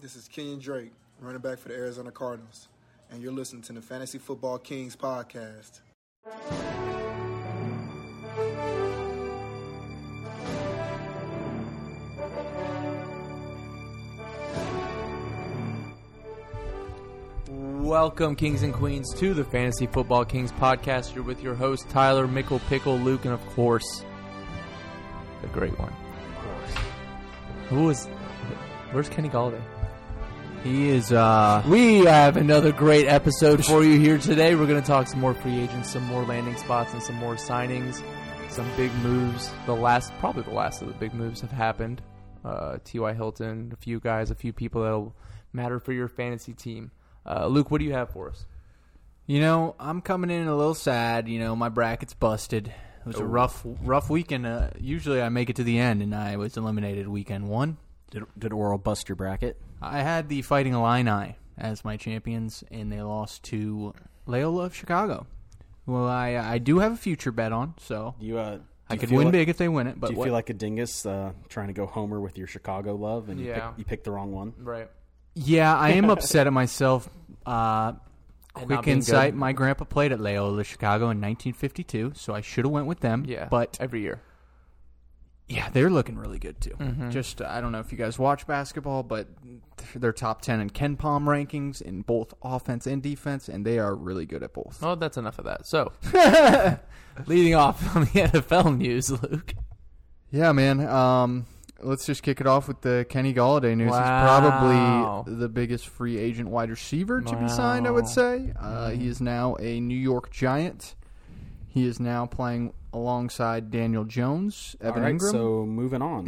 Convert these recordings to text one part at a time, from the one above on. This is Kenyon Drake, running back for the Arizona Cardinals, and you're listening to the Fantasy Football Kings podcast. Welcome, Kings and Queens, to the Fantasy Football Kings podcast. You're with your host, Tyler, Mickle, Pickle, Luke, and of course, the great one. Who is. Where's Kenny Galladay? He is, uh. We have another great episode for you here today. We're going to talk some more free agents, some more landing spots, and some more signings, some big moves. The last, probably the last of the big moves have happened. Uh, T.Y. Hilton, a few guys, a few people that'll matter for your fantasy team. Uh, Luke, what do you have for us? You know, I'm coming in a little sad. You know, my bracket's busted. It was a rough, rough weekend. Uh, usually, I make it to the end, and I was eliminated weekend one. Did, did Oral bust your bracket? I had the Fighting Illini as my champions, and they lost to Loyola of Chicago. Well, I I do have a future bet on, so Do you, uh, do I you could feel win like- big if they win it. But Do you what- feel like a dingus uh, trying to go Homer with your Chicago love and you, Yeah. pick, you picked the wrong one? Right. yeah, I am upset at myself. Uh, And not quick being insight: good. my grandpa played at Loyola Chicago in 1952, so I should have went with them. Yeah. but every year. Yeah, they're looking really good too. Mm. Just uh, I don't know if you guys watch basketball, but they're top ten in Ken Palm rankings in both offense and defense, and they are really good at both. Well, that's enough of that. So, Oh. leading off on the NFL news, Luke. Yeah, man. Um, let's just kick it off with the Kenny Galladay news. Wow. He's probably the biggest free agent wide receiver to be signed. I Wow. would say uh, Mm. he is now a New York Giant. He is now playing alongside Daniel Jones, Evan All right, Ingram. so moving on.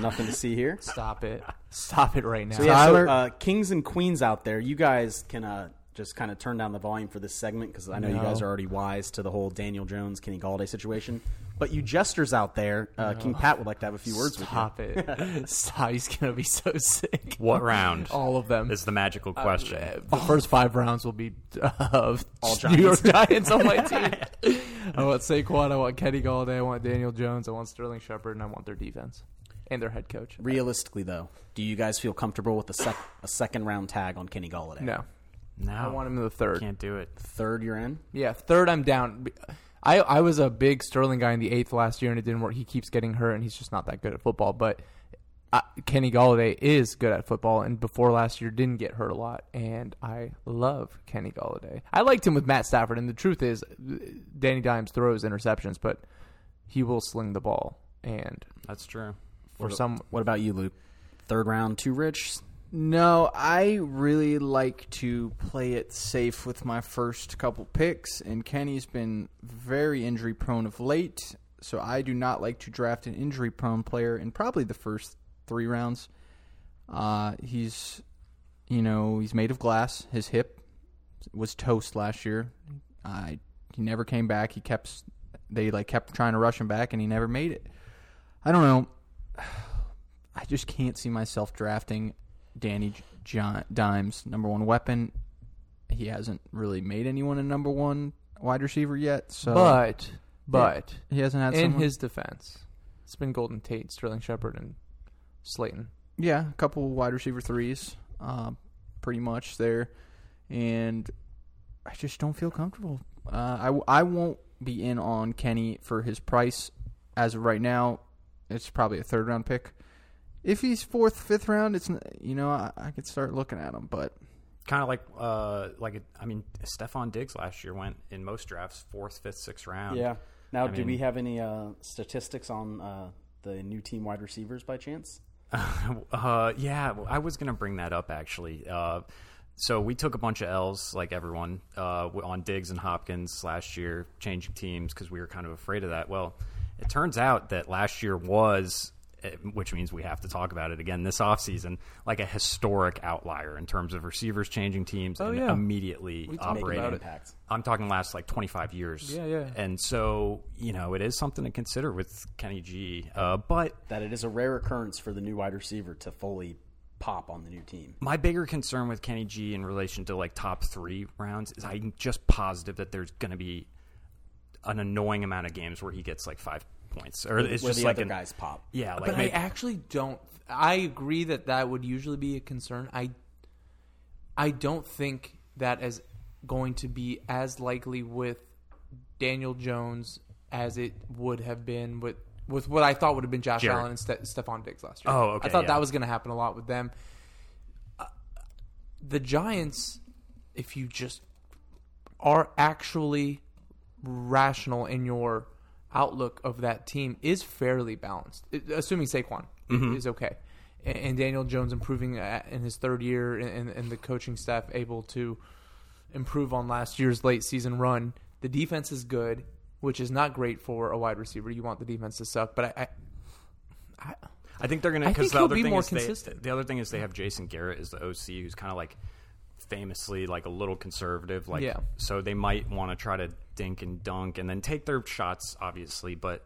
Nothing to see here. Stop it. Stop it right now. So, yeah, so, Tyler- uh, kings and queens out there, you guys can uh, just kind of turn down the volume for this segment because I know you No. guys are already wise to the whole Daniel Jones, Kenny Galladay situation. But you jesters out there, uh, King Pat would like to have a few words with you. Stop it. Stop. He's going to be so sick. What round? All of them. is the magical question. Uh, the first five rounds will be uh, All New York Giants on my team. I want Saquon. I want Kenny Galladay. I want Daniel Jones. I want Sterling Shepard, and I want their defense and their head coach. Realistically, though, do you guys feel comfortable with a, sec- a second round tag on Kenny Galladay? No, no, I want him in the third. Oh. Can't do it. Third, you're in. Yeah, third I'm down. I I was a big Sterling guy in the eighth last year, and it didn't work. He keeps getting hurt, and he's just not that good at football. But uh, Kenny Galladay is good at football, and before last year didn't get hurt a lot. And I love Kenny Galladay. I liked him with Matt Stafford, and the truth is, Danny Dimes throws interceptions, but he will sling the ball. And That's true. for some, What about you, Luke? Third round, too rich. No, I really like to play it safe with my first couple picks, and Kenny's been very injury prone of late, so I do not like to draft an injury prone player in probably the first three rounds. Uh, he's, you know, he's made of glass. His hip was toast last year. I he never came back. He kept they like kept trying to rush him back, and he never made it. I don't know. I just can't see myself drafting Danny J- John, Dimes number one weapon. He hasn't really made anyone a number one wide receiver yet, so but but he hasn't had in someone- his defense, it's been Golden Tate, Sterling Shepard, and Slayton. Yeah, a couple wide receiver threes, uh, pretty much there, and I just don't feel comfortable. Uh, I w- I won't be in on Kenny for his price as of right now. It's probably a third round pick. If he's fourth, fifth round, it's n- you know I, I could start looking at him, but Kind of like, uh, like it, I mean, Stefan Diggs last year went in most drafts fourth, fifth, sixth round. Yeah. Now, I do mean- we have any uh, statistics on uh, the new team wide receivers by chance? uh, yeah, well, I was gonna bring that up actually. Uh, so we took a bunch of L's, like everyone, uh, w- on Diggs and Hopkins last year, changing teams because we were kind of afraid of that. Well, it turns out that last year was, eh, which means we have to talk about it again this offseason, like a historic outlier in terms of receivers changing teams and Oh, yeah. immediately talked operating. about it. Impact. I'm talking last like 25 years. Yeah, yeah. And so, you know, it is something to consider with Kenny G. Uh, but That it is a rare occurrence for the new wide receiver to fully pop on the new team. my bigger concern with Kenny G in relation to like top three rounds is I'm just positive that there's going to be an annoying amount of games where he gets like five points, or it's where just the like other an- guys pop. Yeah, like but I maybe- actually don't. I agree that that would usually be a concern. I I don't think that is going to be as likely with Daniel Jones as it would have been with with what I thought would have been Josh Jared. Allen and Ste- Stephon Diggs last year. Oh, okay, I thought yeah. that was going to happen a lot with them. Uh, the Giants, if you just are actually rational in your outlook of that team is fairly balanced, i- assuming Saquon Mm-hmm. is okay, A- and, Daniel Jones improving at- in his third year, and, and the coaching staff able to improve on last year's late season run. The defense is good, which is not great for a wide receiver. You want the defense to suck, but I, I I think they're gonna. I Because think the he'll other be thing more is they- consistent. the other thing is they have Jason Garrett as the OC, who's kind of like famously like a little conservative. Like, Yeah. so they might want to try to dink and dunk and then take their shots, obviously. But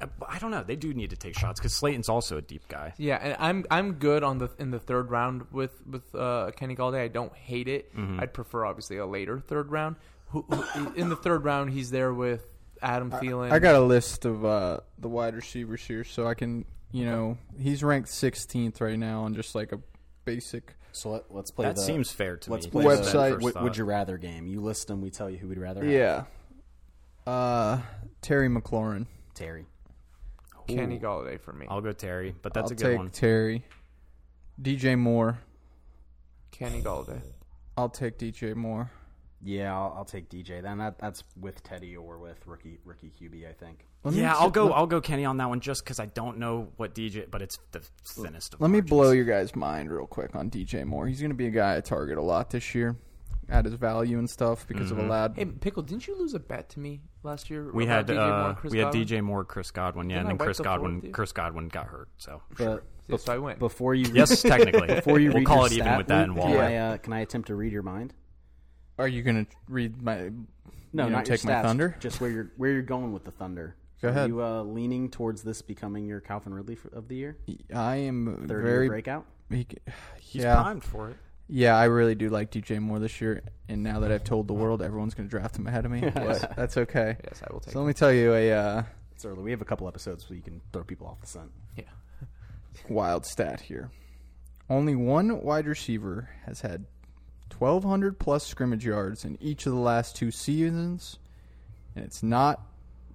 uh, but I don't know. They do need to take shots because Slayton's also a deep guy. Yeah, and I'm I'm good on the in the third round with with uh, Kenny Galladay. I don't hate it. Mm-hmm. I'd prefer obviously a later third round. Who, who, in the third round, he's there with Adam Thielen. I got a list of uh, the wide receivers here, so I can, you know, he's ranked 16th right now on just like a basic. So let, us play. That the- seems fair to let's me. Play Website. The, First would, thought. would you rather game? You list them. We tell you who would rather. Have. Yeah. Uh, Terry McLaurin. Terry. Kenny Galladay for me. I'll go Terry, but that's I'll a good take one. Terry. DJ Moore. Kenny Galladay. I'll take DJ Moore. Yeah, I'll, I'll take DJ. Then that, that's with Teddy or with rookie rookie QB. I think. Let me yeah, ju- I'll go. I'll go Kenny on that one just because I don't know what DJ, but it's the thinnest. Of Let me margins. blow your guys' mind real quick on DJ Moore. He's going to be a guy I target a lot this year at his value and stuff because Mm-hmm. of allowed. Hey, Pickle, didn't you lose a bet to me last year? We about had DJ Moore, uh, and Chris we had Godwin? DJ Moore, Chris Godwin, yeah, Didn't I and then wipe Chris the floor Godwin. with you? Chris Godwin got hurt, so But See, so I win. before you yes, technically. before you we'll read call your it even stat with leak, that and Can Waller. I, uh, can I attempt to read your mind? Are you going to read my. No, you know, not take your my stats, thunder? Just where you're where you're going with the thunder. Go Are ahead. you uh, leaning towards this becoming your Calvin Ridley f- of the year? I am Third year very. breakout. he c- He's yeah. primed for it. Yeah, I really do like DJ Moore this year, and now that I've told the world, everyone's going to draft him ahead of me. But that's okay. Yes, I will take So let me tell you a uh, It's early. We have a couple episodes so you can throw people off the scent. Yeah. wild stat here. Only one wide receiver has had 1,200 plus scrimmage yards in each of the last two seasons, and it's not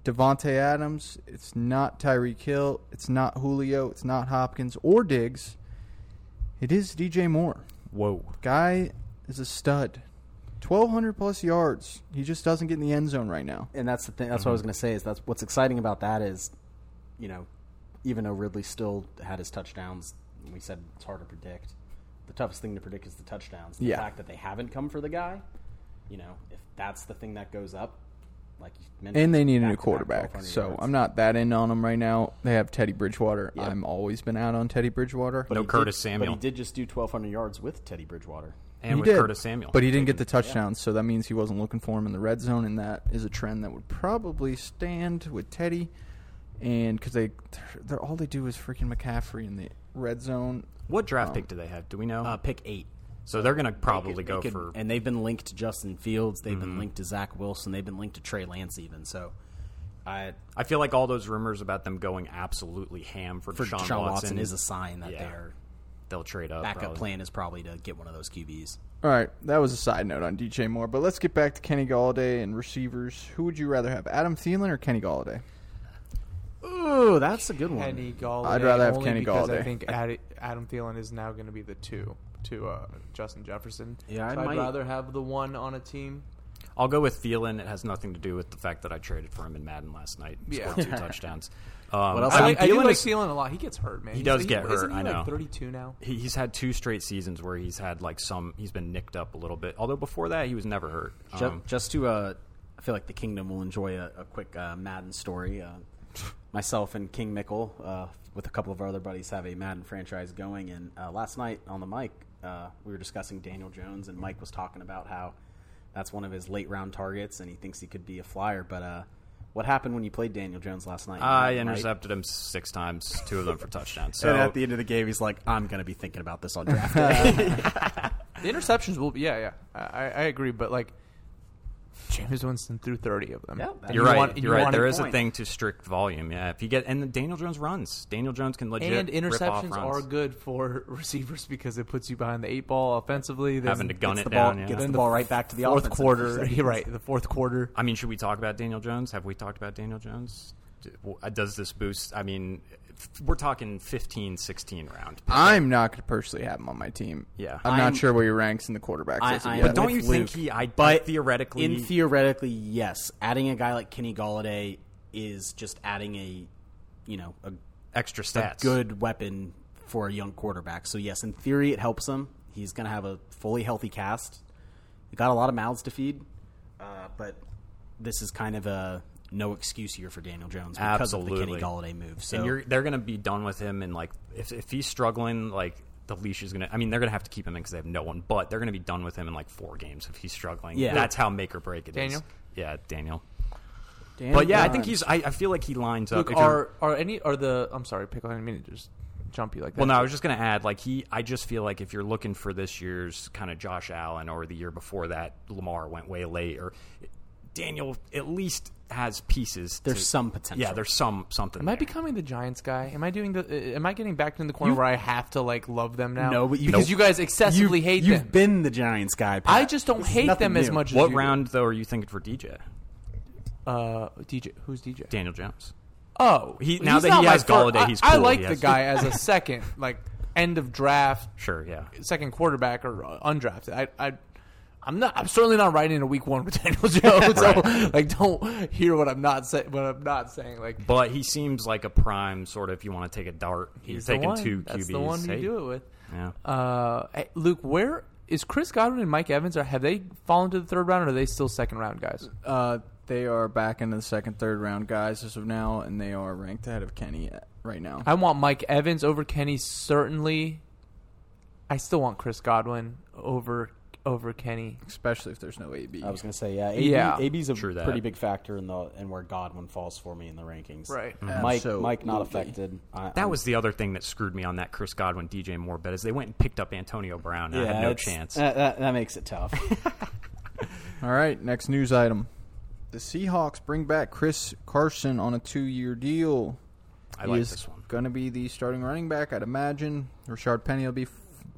Devonte Adams, it's not Tyreek Hill, it's not Julio, it's not Hopkins or Diggs. It is DJ Moore. Whoa. Guy is a stud. 1,200 plus yards. He just doesn't get in the end zone right now. And that's the thing. That's what Mm-hmm. I was going to say. Is that's what's exciting about that is, you know, even though Ridley still had his touchdowns, we said it's hard to predict. The toughest thing to predict is the touchdowns. The Yeah. fact that they haven't come for the guy, you know, if that's the thing that goes up, like you mentioned, And they need a new back-to-back quarterback. 1200 So yards. I'm not that in on them right now. They have Teddy Bridgewater. I'm always been out on Teddy Bridgewater. No He did- Curtis But Samuel. he did just do 1,200 yards with Teddy Bridgewater. And he with did, Curtis Samuel. But he didn't get the touchdowns, so that means he wasn't looking for him in the red zone, and that is a trend that would probably stand with Teddy. And because they, they're, all they do is freaking McCaffrey in the red zone. what draft pick do they have? Do we know? Uh, pick eight. so they're going to probably They could- go they could- for. Mm-hmm. and they've been linked to Justin Fields. They've been linked to Zach Wilson. They've been linked to Trey Lance even. So, I I feel like all those rumors about them going absolutely ham for, for Deshaun, Deshaun Watson, is a sign that yeah. their They'll trade up. backup probably. plan is probably to get one of those QBs. All right, that was a side note on DJ Moore, but let's get back to Kenny Galladay and receivers. Who would you rather have, Adam Thielen or Kenny Galladay? Ooh, that's a good one. Kenny Galladay. I'd rather have only Kenny because Galladay. I think Ad- Adam Thielen is now going to be the two to uh, Justin Jefferson. Yeah, I so I'd might- rather have the one on a team. I'll go with Thielen. It has nothing to do with the fact that I traded for him in Madden last night. Yeah. Scored two touchdowns. Um, What else I I, mean, like, I do Thielen like is- Thielen a lot. He gets hurt, man. He He's- does get hurt, Isn't he I know. like 32 now? he- he's had two straight seasons where he's had like some. He's been nicked up a little bit. Although before that, he was never hurt. Ju- Um, just to, uh, I feel like the kingdom will enjoy a, a quick uh, Madden story. Uh, myself and King Mickle, uh, with a couple of our other buddies, have a Madden franchise going. And uh, last night on the mic, uh, we were discussing Daniel Jones, and Mike was talking about how that's one of his late round targets, and he thinks he could be a flyer. But uh, what happened when you played Daniel Jones last night? I Mike? intercepted him six times, two of them for touchdowns. And So at the end of the game, he's like, "I'm going to be thinking about this on draft day." The interceptions will be, yeah, yeah. I, I I agree, but like James Winston threw 30 of them. Yeah, And You're you right. want- and you're you right. want There a is a point. thing to strict volume. Yeah, if you get and Daniel Jones runs. Daniel Jones can legit And rip off interceptions runs. are good for receivers because it puts you behind the eight ball offensively. Then having to gun Gets it the ball- down. yeah. gets then the ball right back to the fourth offense in a few quarter. seconds. You're right. The fourth quarter. I mean, should we talk about Daniel Jones? Have we talked about Daniel Jones? D- w- Does this boost? I mean, f- we're talking 15, 16 round. I'm not going to personally have him on my team. Yeah. I'm, I'm- not sure where he ranks in the quarterbacks. I- as of I- yet. but But don't you with think Luke. he? I But theoretically, in theoretically, yes. Adding a guy like Kenny Galladay is just adding a, you know, a extra stats. good weapon for a young quarterback. So yes, in theory, it helps him. He's going to have a fully healthy cast. He got a lot of mouths to feed, uh, but this is kind of a no excuse year for Daniel Jones because of the Kenny Absolutely. Galladay move. So and you're they're gonna be done with him. And like, if if he's struggling, like the leash is gonna. I mean, they're gonna have to keep him in because they have no one. But they're gonna be done with him in like four games if he's struggling. Yeah. that's how make or break it is. Daniel? Yeah, Daniel. Damn But yeah, I think Grimes. he's. I, I feel like he lines up. Look, if you're- are are any are the? I'm sorry, pickle. I didn't mean to just jump you like that. Well, no, I was just going to add, like he, I just feel like if you're looking for this year's kind of Josh Allen or the year before that, Lamar went way late, or Daniel at least has pieces. There's to- some potential. Yeah, there's some something. Am I there. becoming the Giants guy? Am I doing the? uh, Am I getting back in the corner where I have to like love them now? No, but you- because Nope. you guys excessively You've- hate you've them. been the Giants guy. Pat. I just don't This is hate nothing them as new. much. as What you round though are you thinking for DJ? Do. Uh, DJ, who's DJ? Daniel Jones. Oh, He- now he's that he not my has fir- Galladay, I- he's I cool. like He the has- guy as a second, like end of draft, Sure. Yeah. second quarterback or uh, undrafted. I, I, I'm not. I'm certainly not writing a week one with Daniel Jones. so, like, don't hear what I'm not saying. What I'm not saying, like, But he seems like a prime sort of. If you want to take a dart, he's you're the taking one. two QBs. That's the one you Hey, do it with. Yeah. Uh, hey, Luke, where is Chris Godwin and Mike Evans? Are have they fallen to the third round? or Are they still second round guys? Uh, they are back into the second, third round guys as of now, and they are ranked ahead of Kenny uh, right now. I want Mike Evans over Kenny certainly. I still want Chris Godwin over over Kenny. Especially if there's no AB. I was going to say yeah. AB, Yeah. AB's a True that. pretty big factor in the in where Godwin falls for me in the rankings. Right. Mm. Mike Mike not Absolutely. affected. I, That I'm- was the other thing that screwed me on that Chris Godwin, DJ Moore bet is they went and picked up Antonio Brown. And I had no it's- chance. Uh, That, that, that makes it tough. All right, next news item. The Seahawks bring back Chris Carson on a two-year deal. I He like is this one. Going to be the starting running back, I'd imagine. Rashard Penny will be f-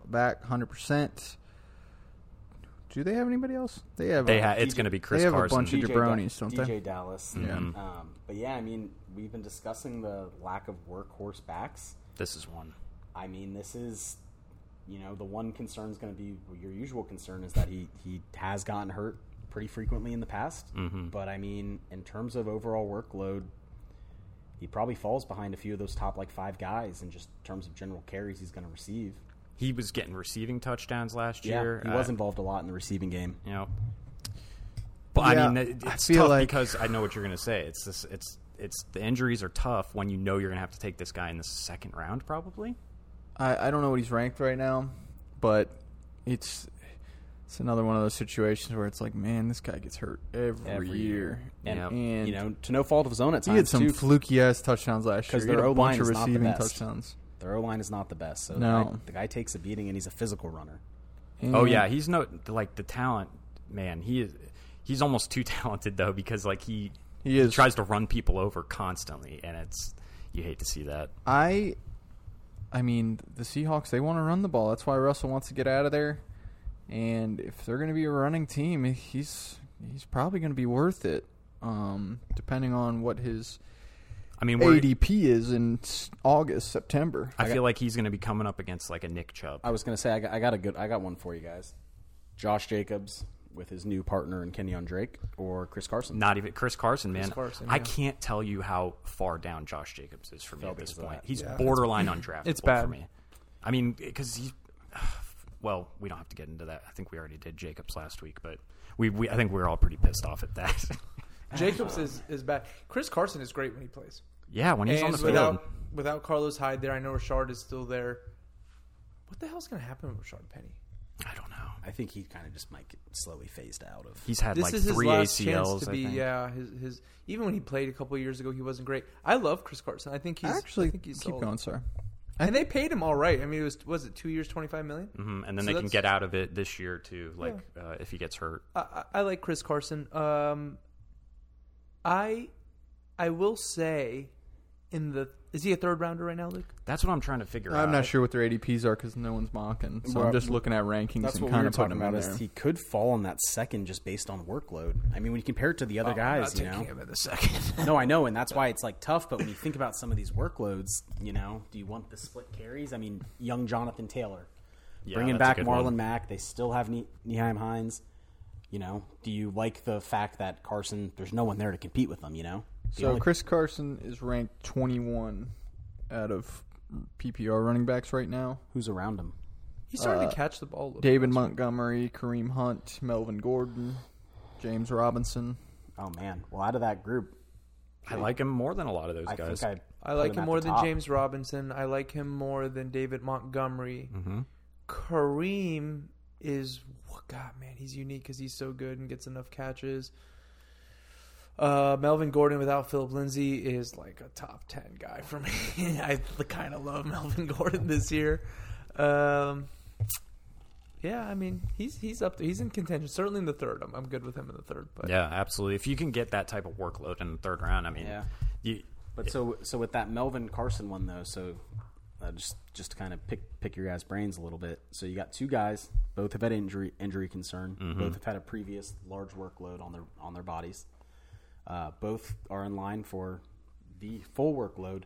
back 100%. Do they have anybody else? They have. uh, They a- ha- it's going to be Chris they have a Carson. bunch of DJ jabronis, Da- don't they? DJ Dallas. Um, but yeah, I mean, we've been discussing the lack of workhorse backs. this is one. I mean, this is, you know, the one concern is going to be your usual concern is that he he has gotten hurt pretty frequently in the past. But I mean, in terms of overall workload, he probably falls behind a few of those top like five guys in just terms of general carries he's going to receive. he was getting receiving touchdowns last year. yeah, he Uh, was involved a lot in the receiving game. You know, but Yeah, I mean, it- I it's feel tough like- because I know what you're going to say. It's this. It's it's the injuries are tough when you know you're going to have to take this guy in the second round, probably. I, I don't know what he's ranked right now, but it's it's another one of those situations where it's like, man, this guy gets hurt every, Every year. year. And, Yep. and You know, to no fault of his own at he times had some too. fluky ass touchdowns last year. 'Cause He their had a bunch O-line of is not the receiving best. touchdowns. Their O line is not the best, so No. the, guy, the guy takes a beating and he's a physical runner. Oh And- yeah, he's no like the talent man. He is. He's almost too talented though because like he He is. tries to run people over constantly, and it's you hate to see that. I, I mean, the Seahawks they want to run the ball. That's why Russell wants to get out of there. And if they're going to be a running team, eh, he's he's probably going to be worth it, um, depending on what his I mean, we're, ADP is in s- August, September. I feel like he's going to be coming up against like a Nick Chubb. I was gonna say I got, I got a good I got one for you guys. Josh Jacobs with his new partner in Kenyon Drake or Chris Carson. Not even Chris Carson, man. Carson, I yeah. can't tell you how far down Josh Jacobs is for me at this because of point. that. He's borderline undraftable It's bad. for me. I mean, because he's well, we don't have to get into that. I think we already did Jacobs last week, but we, we I think we are all pretty pissed off at that. Jacobs is is bad. Chris Carson is great when he plays. yeah, when he's on And the field, without without Carlos Hyde there, I know Rashard is still there. What the hell's going to happen with Rashard Penny? I don't know. I think he kind of just might get slowly phased out of. He's had This like is his three last ACLs. chance to I be. think. Yeah, his, his even when he played a couple of years ago, he wasn't great. I love Chris Carson. I think he's I Actually, think he's keep sold. going, sir. And they paid him all right. I mean, it was was it two years, twenty five million? hmm And then So they can that's- get out of it this year too, like uh, if he gets hurt. I, I- I like Chris Carson. Um, I I will say, in the is he a third rounder right now, Luke? That's what I'm trying to figure out. I'm not sure what their ADPs are because no one's mocking. So I'm Well, just looking at rankings That's and what we kind were of putting talking them about. in Is there. he could fall on that second just based on workload? I mean, when you compare it to the other guys, you know. in the second. No, I know, and that's why it's like tough. But when you think about some of these workloads, you know, do you want the split carries? I mean, young Jonathan Taylor, Yeah, bringing that's a back good Marlon one. Mack, they still have ne- Neheim Hines. You know, do you like the fact that Carson? There's no one there to compete with them. You know, The So only- Chris Carson is ranked 21 out of PPR running backs right now. who's around him? He's starting to catch the ball. A little bit. David Montgomery, Kareem Hunt, Melvin Gordon, James Robinson. Oh man, well, out of that group, I like him more than a lot of those I guys. think I. I put like him at more the than top. James Robinson. I like him more than David Montgomery. Mm-hmm. Kareem is God, man, he's unique because he's so good and gets enough catches. Uh, Melvin Gordon without Philip Lindsay is like a top ten guy for me. I kind of love Melvin Gordon this year. Um, yeah, I mean he's he's up there. He's in contention, certainly in the third. I'm, I'm good with him in the third. But Yeah, absolutely. If you can get that type of workload in the third round, I mean, Yeah. you, But so so with that Melvin Carson one though, so uh, just just to kind of pick pick your guys' brains a little bit. So you got two guys, both have had injury injury concern, Mm-hmm. both have had a previous large workload on their on their bodies. Uh, both are in line for the full workload.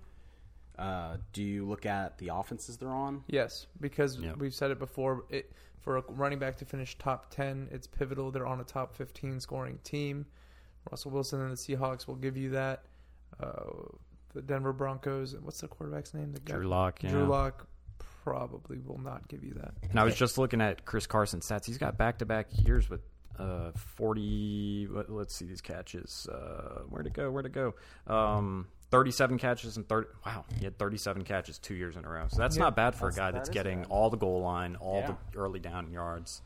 Uh, do you look at the offenses they're on? Yes, because Yeah. we've said it before. It, for a running back to finish top ten, it's pivotal. They're on a top fifteen scoring team. Russell Wilson and the Seahawks will give you that. Uh, the Denver Broncos. What's the quarterback's name? The guy- Drew Lock. Yeah. Drew Lock probably will not give you that. And I was just looking at Chris Carson's stats. He's got back to back years with uh, 40. let- Let's see these catches. Uh, where'd it go? Where'd it go? Um, 37 catches and 30. Wow, he had 37 catches two years in a row. So that's not bad for a guy that's that is getting bad. all the goal line, all Yeah. the early down yards.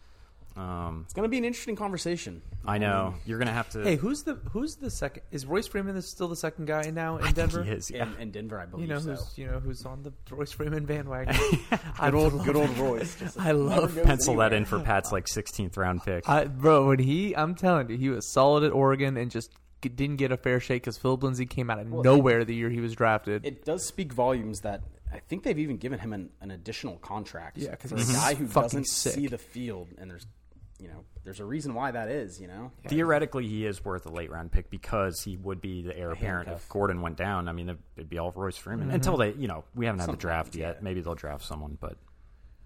Um, It's going to be an interesting conversation. I know you're gonna have to. Hey, who's the who's the second? Is Royce Freeman the- still the second guy now in I think Denver? he is, yeah. Um, In, in Denver, I believe You know so. who's you know who's on the Royce Freeman bandwagon. I Good old, love good old Royce. Just I love never goes Pencil that anywhere. in for Pat's like 16th round pick. I, bro, when he, I'm telling you, he was solid at Oregon and just g- didn't get a fair shake because Phil Lindsay came out of nowhere the year he was drafted. it does speak volumes that I think they've even given him an, an additional contract. Yeah, 'cause for he's a guy who fucking doesn't sick. see the field, and there's, you know, there's a reason why that is. You know, Theoretically, he is worth a late round pick because he would be the heir apparent if handcuff. Mm-hmm. Gordon went down. I mean, it'd be all Royce Freeman until they, you know, we haven't had the Sometimes, draft yet. Maybe they'll draft someone, but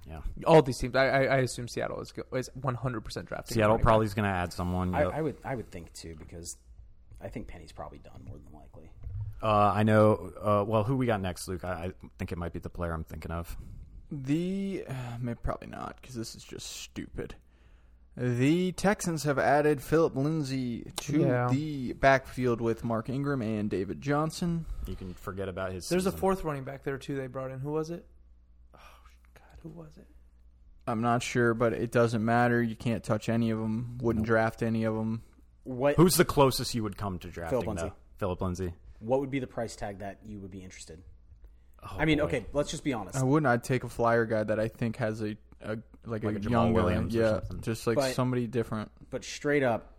yeah, All these teams, I, I, I assume Seattle is go- is 100 percent drafting. Seattle running probably is going to add someone. I, yep. I would I would think too because I think Penny's probably done more than likely. uh, I know. Uh, well, who we got next, Luke? I, I think it might be the player I'm thinking of. The uh, may- probably not because this is just stupid. The Texans have added Philip Lindsay to Yeah. the backfield with Mark Ingram and David Johnson. You can forget about his. back. There's a season. fourth running back there too. They brought in. Who was it? Oh God, who was it? I'm not sure, but it doesn't matter. You can't touch any of them. Wouldn't draft any of them. What Who's the closest you would come to drafting? Lindsay. though? Philip Lindsay. what would be the price tag that you would be interested? Oh, I mean, boy. okay, let's just be honest. Oh. I wouldn't. I'd take a flyer guy that I think has a, a like, Like a, a Jamal young Williams Williams. or yeah, something. just like But- somebody different. But straight up,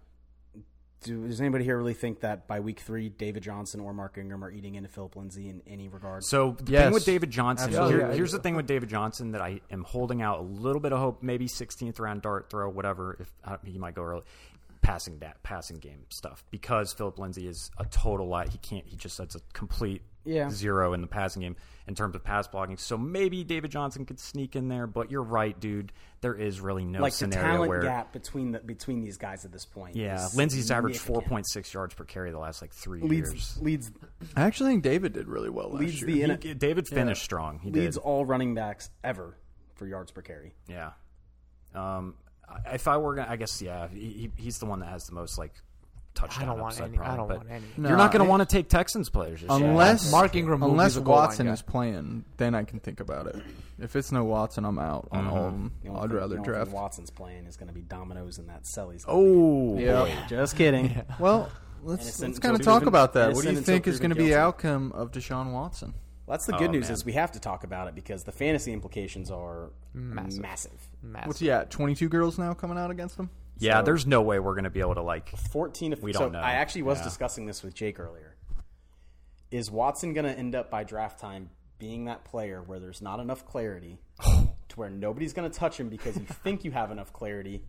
do, does anybody here really think that by week three, David Johnson or Mark Ingram are eating into Philip Lindsay in any regard? So the Yes. thing with David Johnson, Absolutely. here- Yeah, I here's do. the thing with David Johnson that I am holding out a little bit of hope. Maybe 16th round dart throw, whatever. If I don't, he might go early, passing that passing game stuff because Philip Lindsay is a total lot. He can't. He just that's a complete Yeah. zero in the passing game in terms of pass blocking. So maybe David Johnson could sneak in there. But you're right, dude. There is really no like the scenario talent where. gap between the between these guys at this point. Yeah, is Lindsay's averaged significant. 4.6 yards per carry the last like three leads years. leads I actually think David did really well last leads year. the N- He- David finished strong. He leads did. all running backs ever for yards per carry. Yeah. Um, I- if I were gonna, I guess yeah, he, he- he's the one that has the most like touchdown. I don't want upside any. I probably, don't but want any. You're not going I- to want to take Texans players this year. unless Mark Ingram will be unless the goal line Watson guy. is playing, then I can think about it. If it's no Watson, I'm out on Mm-hmm. all of them. The only I'd thing- rather the only thing draft. Watson's playing is going to be dominoes and that Selly's. gonna be- Oh, Yeah. boy. just kidding. Well, let's Innocent let's kind of until talk proven- about that. What do innocent you until think is going proven to be the guilty. outcome of Deshaun Watson? Well, Well, that's the Oh, good news is we have to talk about it because the fantasy implications are massive. Massive. What's he at? Twenty two girls now coming out against him. Yeah, there's no way we're going to be able to like. 14 to We so don't know. I actually was Yeah. discussing this with Jake earlier. Is Watson going to end up by draft time being that player where there's not enough clarity to where nobody's going to touch him because you think you have enough clarity,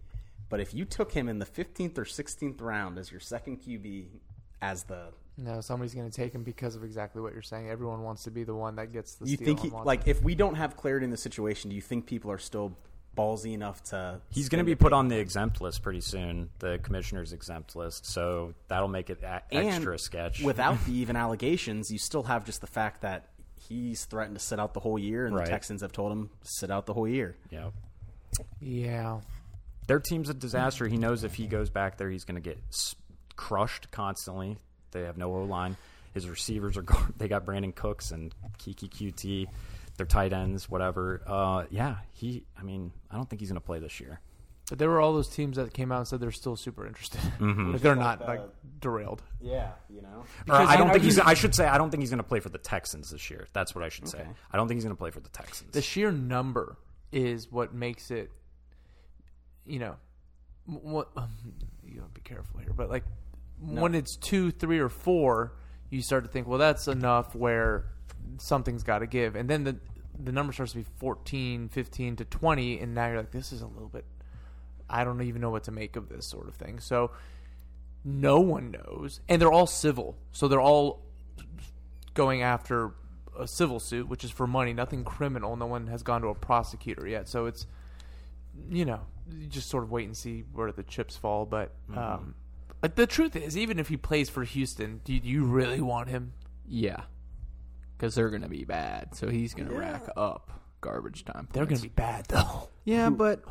but if you took him in the 15th or 16th round as your second QB as the No, somebody's going to take him because of exactly what you're saying. Everyone wants to be the one that gets the you steal think on he, Watson. like if we don't have clarity in the situation, do you think people are still ballsy enough to He's going to be put on the exempt list pretty soon, the commissioner's exempt list. So that'll make it a- extra And sketch. Without the even allegations, you still have just the fact that he's threatened to sit out the whole year, and Right. the Texans have told him sit out the whole year. yeah. yeah. Their team's a disaster. He knows if he goes back there, he's going to get s- crushed constantly. They have no O line. His receivers are gar- they got Brandon Cooks and Kiki QT. Their tight ends, whatever. Uh, yeah, he. I mean, I don't think he's going to play this year. But there were all those teams that came out and said they're still super interested. Mm-hmm. Like they're not like derailed. Yeah, you know. Or I don't I- think I he's. just- I should say I don't think he's going to play for the Texans this year. That's what I should say. I don't think he's going to play for the Texans. The sheer number is what makes it, you know, m- what um, you gotta be careful here. But like when it's two, three, or four, you start to think, well, that's enough. Where something's got to give, and then the the number starts to be 14, 15 to 20, and now you're like, this is a little bit. I don't even know what to make of this sort of thing. So no one knows, and they're all civil, so they're all going after a civil suit, which is for money, nothing criminal. No one has gone to a prosecutor yet, so it's you know you just sort of wait and see where the chips fall. But Mm-hmm. um, but the truth is, even if he plays for Houston, do you really want him? Yeah, because they're gonna be bad. So he's gonna rack up garbage time. They're going to be bad though. yeah, but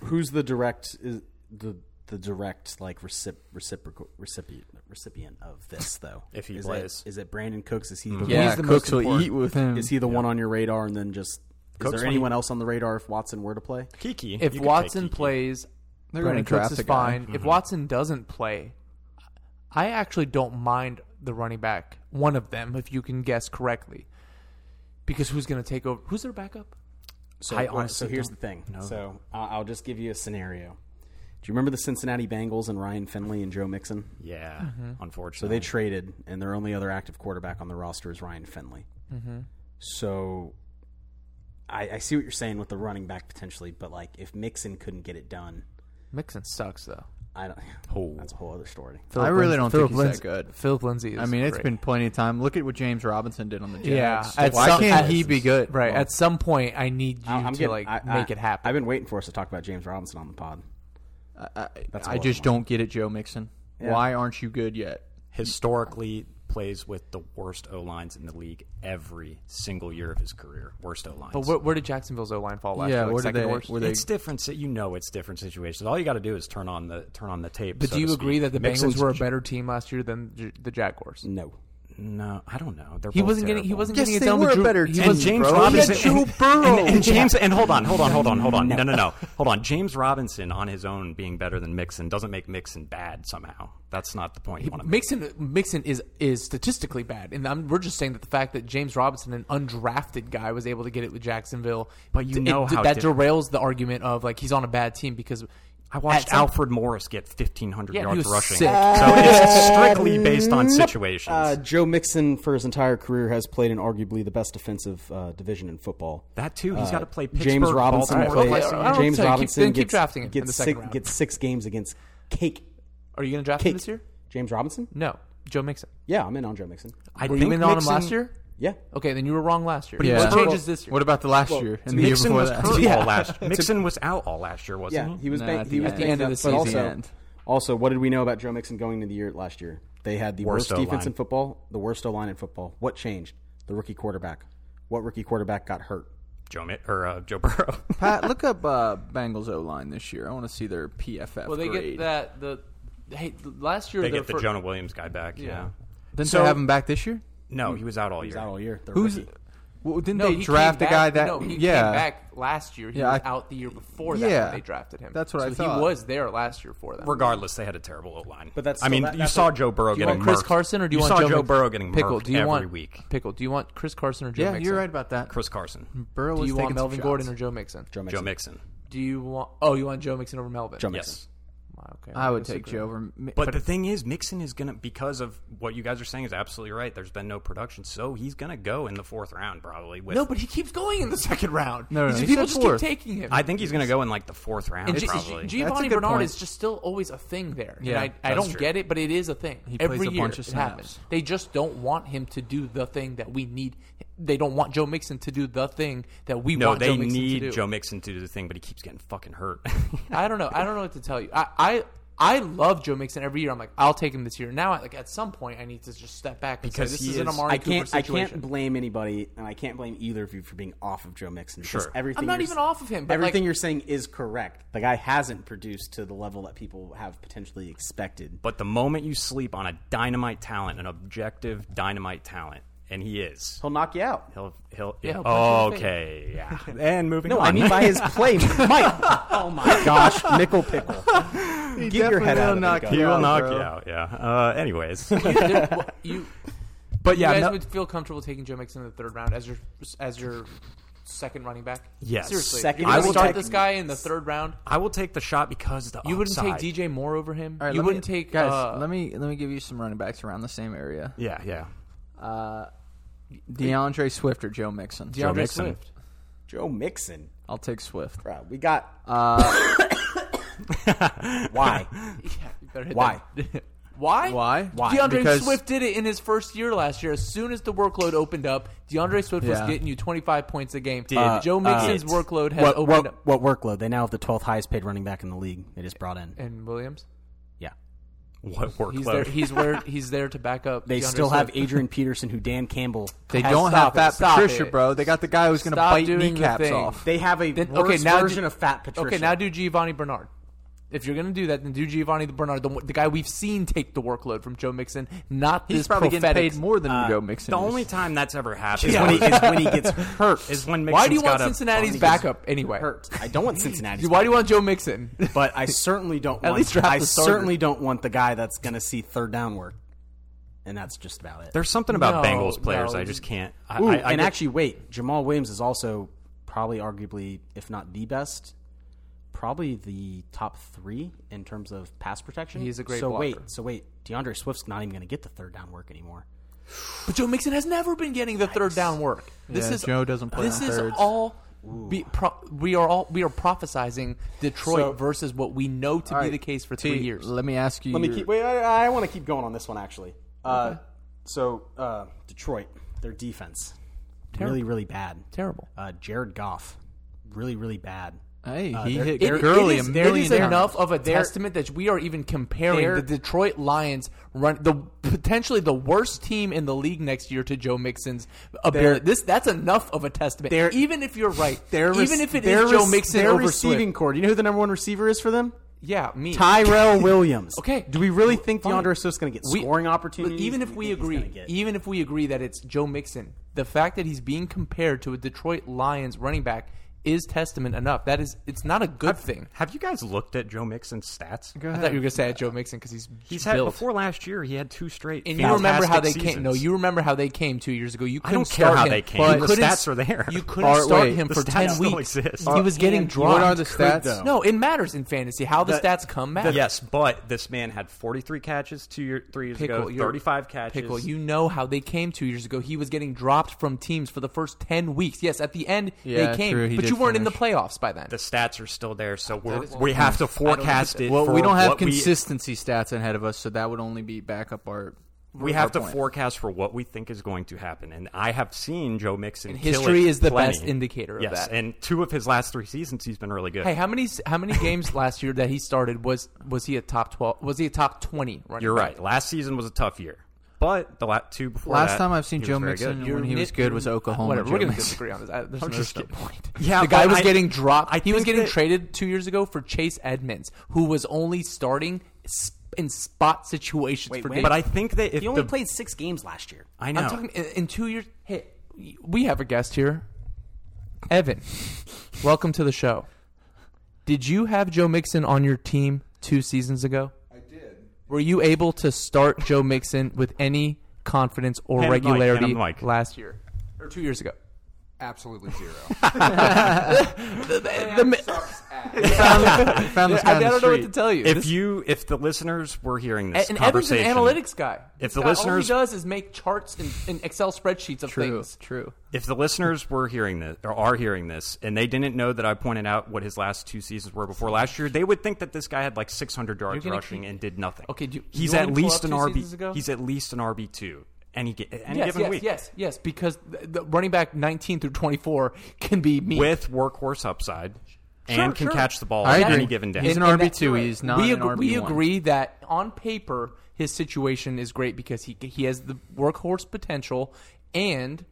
Who's the direct is the the direct like recip, reciprocal recipient recipient of this though? If he is plays. it, Mm-hmm. is it Brandon Cooks? Is he the yeah, one? he's the Cooks Cooks will important. eat with him. Is he the one on your radar? And then just is Cooks when there he- anyone else on the radar if Watson were to play? Kiki. If you could take Watson Kiki. Mm-hmm. plays, They're Brandon gonna draft Cooks a is guy. fine. If Watson doesn't play, I actually don't mind the running back, one of them, if you can guess correctly. Because who's going to take over? Who's their backup? So, I uh, honestly so here's the don't thing. know. So I- I'll just give you a scenario. Do you remember the Cincinnati Bengals and Ryan Finley and Joe Mixon? Yeah, So they unfortunately. traded, and their only other active quarterback on the roster is Ryan Finley. Mm-hmm. So I, I see what you're saying with the running back potentially, but like if Mixon couldn't get it done, Mixon sucks though. I don't. Oh. That's a whole other story. I really don't think he's that good. Philip Lindsay. Is I mean, it's great. been plenty of time. Look at what James Robinson did on the Jets. yeah. why some- can't at- he be good? Right. Well, at some point, I need you I- I'm to getting- like I- I- make it happen. I've been waiting for us to talk about James Robinson on the pod. I, That's I just don't get it, Joe Mixon. Why aren't you good yet? Historically, plays with the worst O lines in the league every single year of his career. Worst O lines. but where, where did Jacksonville's O line fall last year? Like where did second they? worst? Were they it's different. si- You know, it's different situations. All you got to do is turn on the turn on the tape. but so do you to agree speak. that the Mixon's- Bengals were a better team last year than J- the Jaguars? No, No, I don't know. They're He both wasn't getting. He terrible. wasn't Yes, getting it they down were with a Drew. better he team, and wasn't- James bro. Robinson. He had and- Joe Burrow. And, and James and hold on, hold on, hold on, hold on. No, no, no, hold on. James Robinson on his own being better than Mixon doesn't make Mixon bad somehow. That's not the point you want to make. Mixon Mixon is is statistically bad, and I'm, we're just saying that the fact that James Robinson, an undrafted guy, was able to get it with Jacksonville, But you it- know how that diff- derails the argument of like he's on a bad team because I watched at some- Alfred Morris get 1,500 Yeah, he yards was rushing. sick. So it's strictly based on situations. uh, Joe Mixon for his entire career has played in arguably the best defensive uh, division in football. That too, he's got to play Pittsburgh. uh, James Robinson Baltimore, Alright, plays- okay, I don't James say keep- Robinson then keep gets, drafting him in gets the second six, round. gets six games against Cake. are you going to draft Cake him this year? James Robinson? No, Joe Mixon. Yeah, I'm in on Joe Mixon. I Were think you in on him Mixon- last year? Yeah, Okay, then you were wrong last year. he What was- changes this year? What about the last year and the year Mixon before was that? hurt all last. Mixon was out all last year, wasn't yeah, he? he was Nah, bang, at he the was end. banged At the end of up, the but season. also, End. also, what did we know about Joe Mixon going into the year last year? They had the Worst worst, defense O-line. in football, the worst O line in football. What changed? The rookie quarterback. What rookie quarterback got hurt? Joe Mi- or uh, Joe Burrow. Pat, look up uh, Bengals O line this year. I want to see their PFF. Well, they get grade. that the hey th- last year they their get the fir- Jonah Williams guy back. Yeah. Didn't So- they have him back this year? No, he was out all year. He's out all year. Their Who's rookie. Well, didn't No, they he draft came a guy back- that? No, he yeah, came back last year. He Yeah, was I- out the year before that Yeah. when they drafted him. That's what so I he thought. was there last year for them. Regardless, they had a terrible O line. But that's I mean, still- that- you that's saw a- Joe Burrow do you getting want Chris murked. Carson or do you, you want saw Joe, Joe Mix- Burrow getting Pickle? murked Do you every want week? Pickle? Do you want Chris Carson or Joe? yeah, Mixon? you're right about that. Chris Carson, Burrow Do was you taking want some Melvin Gordon or shots. Joe Mixon? Joe Mixon. Joe Mixon. Do you want? Oh, you want Joe Mixon over Melvin? Joe Mixon. Yes. Wow, okay. I would take disagree. Joe over. Mi- But, the thing is, Mixon is gonna because of what you guys are saying is absolutely right. There's been no production, so he's gonna go in the fourth round probably. With No, but he keeps going in the second round. No, no, He's- no. He people said just fourth. keep taking him. I think he's gonna go in like the fourth round and G- probably. G- Giovanni That's a good Bernard point. is just still always a thing there. Yeah, and I, I that's don't true. get it, but it is a thing. He Every plays a year bunch of it happens. snaps. They just don't want him to do the thing that we need. They don't want Joe Mixon to do the thing that we no, want they Joe Mixon to need do. Joe Mixon to do the thing, but he keeps getting fucking hurt. I don't know. I don't know what to tell you. I, I I love Joe Mixon every year. I'm like, I'll take him this year. Now, like at some point, I need to just step back and Because say, this he is an is- Amari I Cooper can't. I situation. can't blame anybody, and I can't blame either of you for being off of Joe Mixon. because Sure. everything I'm not you're even s- off of him, but, everything like- you're saying is correct. The guy hasn't produced to the level that people have potentially expected. but the moment you sleep on a dynamite talent, an objective dynamite talent, and he is, He'll knock you out. he'll he'll, Yeah, he'll oh, punch you okay, yeah. and moving No, on. I mean by his play, Mike. Oh my gosh, Mickle Pickle. He Get your definitely head out will of it, knock guys. he you will out, knock bro. you out. Yeah. Uh, anyways, There- well, you, but yeah, you guys no- would feel comfortable taking Joe Mixon in the third round as your as your second running back. Yes. seriously, Second you're gonna running start back. this guy in the third round. I will take the shot because the You wouldn't upside. take DJ Moore over him. All right, you let me- wouldn't take guys. uh, let me let me give you some running backs around the same area. Yeah, yeah. DeAndre Swift or Joe Mixon. DeAndre Mixon. Swift. Joe Mixon, I'll take Swift. bro. We got. why? Yeah, you better hit Why? that. Why? Why? Why? DeAndre Because- Swift did it in his first year last year. As soon as the workload opened up, DeAndre Swift was Yeah. getting you 25 points a game. Uh, Joe Mixon's workload has What, opened what, up. what workload? They now have the 12th highest paid running back in the league. They just brought in. And Williams, Yeah. What he's there. workload? He's where he's there to back up. They DeAndre still have Swift. Adrian Peterson, who Dan Campbell. They Guys, don't have stop it, Fat stop Patricia, it. bro. They got the guy who's going to Stop bite doing the kneecaps thing. off. They have a Then- worse okay, now version do- of Fat Patricia. Okay, now do Giovanni Bernard. If you're going to do that, then do Giovanni Bernard, the, the guy we've seen take the workload from Joe Mixon, not He's this probably prophetic. Uh, getting paid more than Joe Mixon. the is. only time that's ever happened is, is, when he, when, is when he gets hurt. is when Mixon's Why do you want got a- Cincinnati's Bonnie backup anyway? hurt. I don't want Cincinnati. Why do you want Joe Mixon? But I certainly don't. At want, least draft I the starter. certainly don't want the guy that's going to see third down work. And that's just about it. There's something about No, Bengals players no. I just can't. I, Ooh, I, I and get- actually, wait, Jamal Williams is also probably, arguably, if not the best, probably the top three in terms of pass protection. He's a great So blocker. wait, so wait, DeAndre Swift's not even going to get the third down work anymore. But Joe Mixon has never been getting the third down work. This Yeah, is Joe doesn't play This on is thirds. all. Be, pro, we are all we are prophesizing Detroit So- versus what we know to All be right, the case for T, three years. Let me ask you. Let me your- keep. Wait, I, I want to keep going on this one actually. Uh, So uh, Detroit, their defense, really, really bad. Terrible. Uh, Jared Goff, really, really bad. Hey, Ah, he It- hit it Gurley is- a it million is times. enough of a testament that we are even comparing They're- the Detroit Lions run the potentially the worst team in the league next year to Joe Mixon's ability. This that's enough of a testament. They're- Even if you're right, Their rec- even if it their is Joe rec- Mixon their over receiving Swift, core. Do you know who the number one receiver is for them? yeah, me. Tyrell Williams. Okay. Do we really think Fine. DeAndre Swift's going to get We- scoring opportunities? But even if Do we think he's agree, gonna get- even if we agree that it's Joe Mixon, the fact that he's being compared to a Detroit Lions running back is testament enough. That is, it's not a good thing. have you guys looked at Joe Mixon's stats? I thought you were gonna say Joe Mixon because he's He's had built. before last year. He had two straight. And you remember how they fantastic came? No, seasons. you remember how they came two years ago. You couldn't I don't care start how him, they came. but The couldn't- stats are there. You couldn't All right, start wait. him The for stats ten still weeks. exist. He was getting What dropped. are the Could, stats? though. No, it matters in fantasy. How the, stats come matters. Yes, but this man had 43 catches two year, three years Pickle, ago, you're- 35 catches. Pickle, you know how they came two years ago. He was getting dropped from teams for the first ten weeks. Yes, at the end Yeah, they came, true, he but you did weren't in the finish. playoffs by then. the stats are still there, so we're, we have to forecast it. Well, for we don't have what we- consistency stats ahead of us, so that would only be back up our. we have to point. forecast for what we think is going to happen. And I have seen Joe Mixon. And kill history it is the plenty. best indicator of yes, that. and two of his last three seasons, he's been really good. Hey, how many how many games last year that he started was was he a top twelve? Was he a top twenty? You're right. Last season was a tough year, but the la- two before Last that, time I've seen he was Joe very Mixon good. when he was good was Oklahoma. Whatever. Joe We're going to Mixon. disagree on this. I, there's no just no kidding. point. Yeah, the guy but was I- getting dropped. I he was think getting that- traded two years ago for Chase Edmonds, who was only starting s- in spot situations Wait, for wait. days. But I think that if he only the, played six games last year. I know. I'm talking in, in two years. Hey, we have a guest here, Evan. welcome to the show. Did you have Joe Mixon on your team two seasons ago? I did. Were you able to start Joe Mixon with any confidence or Hand him the mic, hand regularity him the mic. last year or two years ago? Absolutely zero. The mi- Sucks ass. I found this guy I, I don't on the know what to street. tell you. If This- you, if the listeners were hearing this and Evan's an conversation, analytics guy. If This the guy, all he listeners- does is make charts and, and Excel spreadsheets of True, things. true. if the listeners were hearing this or are hearing this and they didn't know that I pointed out what his last two seasons were before last year, they would think that this guy had like 600 yards gonna rushing keep- and did nothing. Okay, do you- he's you want me at to pull least up an two RB. seasons ago? He's at least an RB two any gi- any yes, given yes, week yes, yes. Because the, the running back 19 through 24 can be me. with workhorse upside and can sure. catch the ball I on any agree. given day. He's an And RB that's- two. you're right. He's not We, an ag- we RB1. agree that on paper his situation is great because he he has the workhorse potential and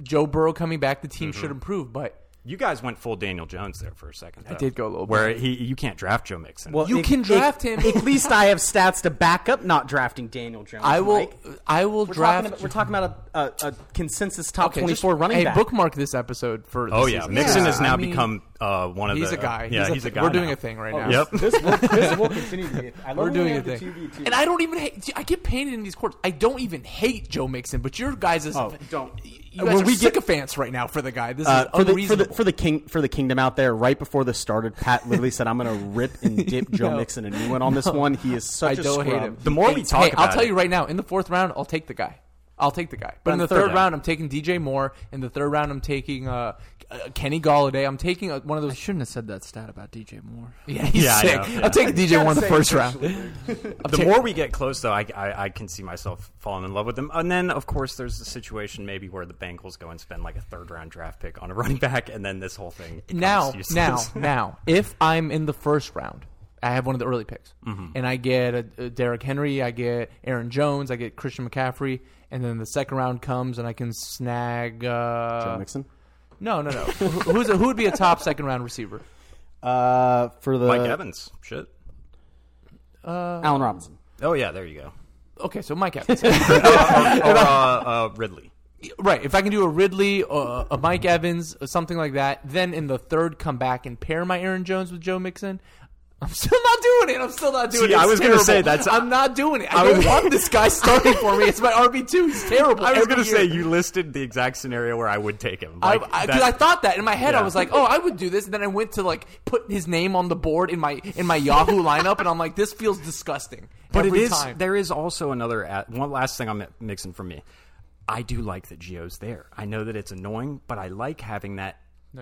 Joe Burrow coming back, the team should improve. But you guys went full Daniel Jones there for a second. I did go a little where he you can't draft Joe Mixon. You can draft him. At least I have stats to back up not drafting Daniel Jones. I will Mike. I will We're draft. talking about, we're talking about a, a, a consensus top Okay, just- twenty-four running hey, back. bookmark this episode for. oh the yeah, season. Mixon has I now mean, become uh, one of He's the a guy. Yeah, he's a, he's a th- guy. We're doing now. a thing right Oh, now. Yep. this will, this will continue to get. I love We're when we doing a have the thing. 2v2. And I don't even hate. see, I get painted in these courts. I don't even hate Joe Mixon, but your guys is Oh, don't. You guys When are we get- sycophants right now for the guy. This is Uh, for, the, for unreasonable. the for the king for the kingdom out there, right before this started, Pat literally said, "I'm going to rip and dip Joe No. Mixon a new one on this one. He is I such a don't hate scrub." him. The more we And, talk hey, I'll about tell it- you right now. In the fourth round, I'll take the guy. I'll take the guy. But in On the the third third round, I'm taking DJ Moore. In the third round, I'm taking uh, uh, Kenny Galladay. I'm taking uh, one of I those. shouldn't have said that stat about DJ Moore. Yeah, he's Yeah, I sick. know, yeah. I'm taking DJ Moore in the first round. the more we get close, though, I, I, I can see myself falling in love with them. And then, of course, there's the situation maybe where the Bengals go and spend like a third round draft pick on a running back, and then this whole thing becomes now, useless. now, now, if I'm in the first round, I have one of the early picks, Mm-hmm. and I get a, a Derrick Henry, I get Aaron Jones, I get Christian McCaffrey, and then the second round comes, and I can snag. Uh, Joe Mixon. No, no, no. Who- Who's a, who would be a top second round receiver? Uh, for the Mike Evans, shit. Allen Robinson. Oh yeah, there you go. Okay, so Mike Evans. Or uh, uh, Ridley. right. If I can do a Ridley, uh, a Mike Evans, or something like that, then in the third come back and pair my Aaron Jones with Joe Mixon. I'm still not doing it. I'm still not doing See, it. It's I was gonna terrible. say, that's- I'm not doing it. I, don't was- want this guy starting for me. It's my RB two. He's terrible. I was going gonna to say you listed the exact scenario where I would take him. I Like, because I, that- 'cause I thought that in my head I Yeah. was like, oh, I would do this, and then I went to like put his name on the board in my in my Yahoo lineup, and I'm like, this feels disgusting. But Every it is time. there is also another at, one last thing I'm mixing for me. I do like that Geo's there. I know that it's annoying, but I like having that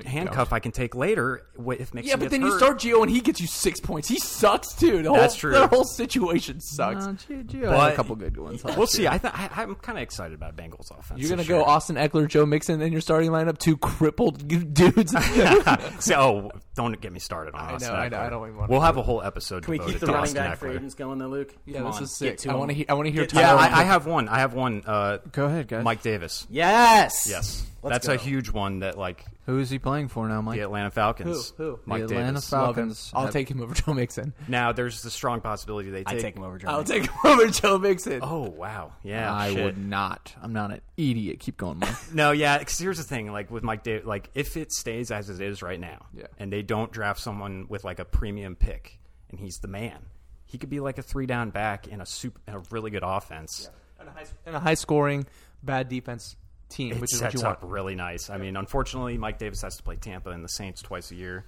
handcuff I can take later wh- if Mixon Yeah, but gets then you hurt. start Gio and he gets you six points. He sucks too. The That's whole, true. The whole situation Oh, sucks. I had But- a couple good ones. We'll see. I th- I, I'm kind of excited about Bengals offense. You're gonna this go year. Austin Eckler, Joe Mixon in your starting lineup. Two crippled g- dudes. So, oh, don't get me started on I Austin know, I know, Eckler. I don't even wanna- We'll have a whole episode Can we devoted keep to Oh, the running Austin back Eckler. Ravens going there, Luke? yeah, Come this on, is get sick. to I him. want to hear. I want to hear. Get Tyler Yeah, Lockett. I, I have one. I have one. Uh, Go ahead, guys. Mike Davis. Yes. Yes, Let's that's go. a huge one. That like Who is he playing for now, Mike? the Atlanta Falcons. Who? Who? Mike The Atlanta Davis. Fal- Love him. Falcons I'll have- take him over Joe Mixon. Now there's the strong possibility they I take. take him over Joe. I'll Mixon. take him over Joe Mixon. Oh wow, yeah. I shit. would not. I'm not an idiot. Keep going, Mike. No, yeah. Because here's the thing, like with Mike Davis, like if it stays as it is right now, Yeah. and they don't draft someone with like a premium pick, and he's the man, he could be like a three down back in a super, in a really good offense. And a high, and a high scoring, bad defense team, It which is what sets you up want. really nice. I mean, unfortunately, Mike Davis has to play Tampa and the Saints twice a year.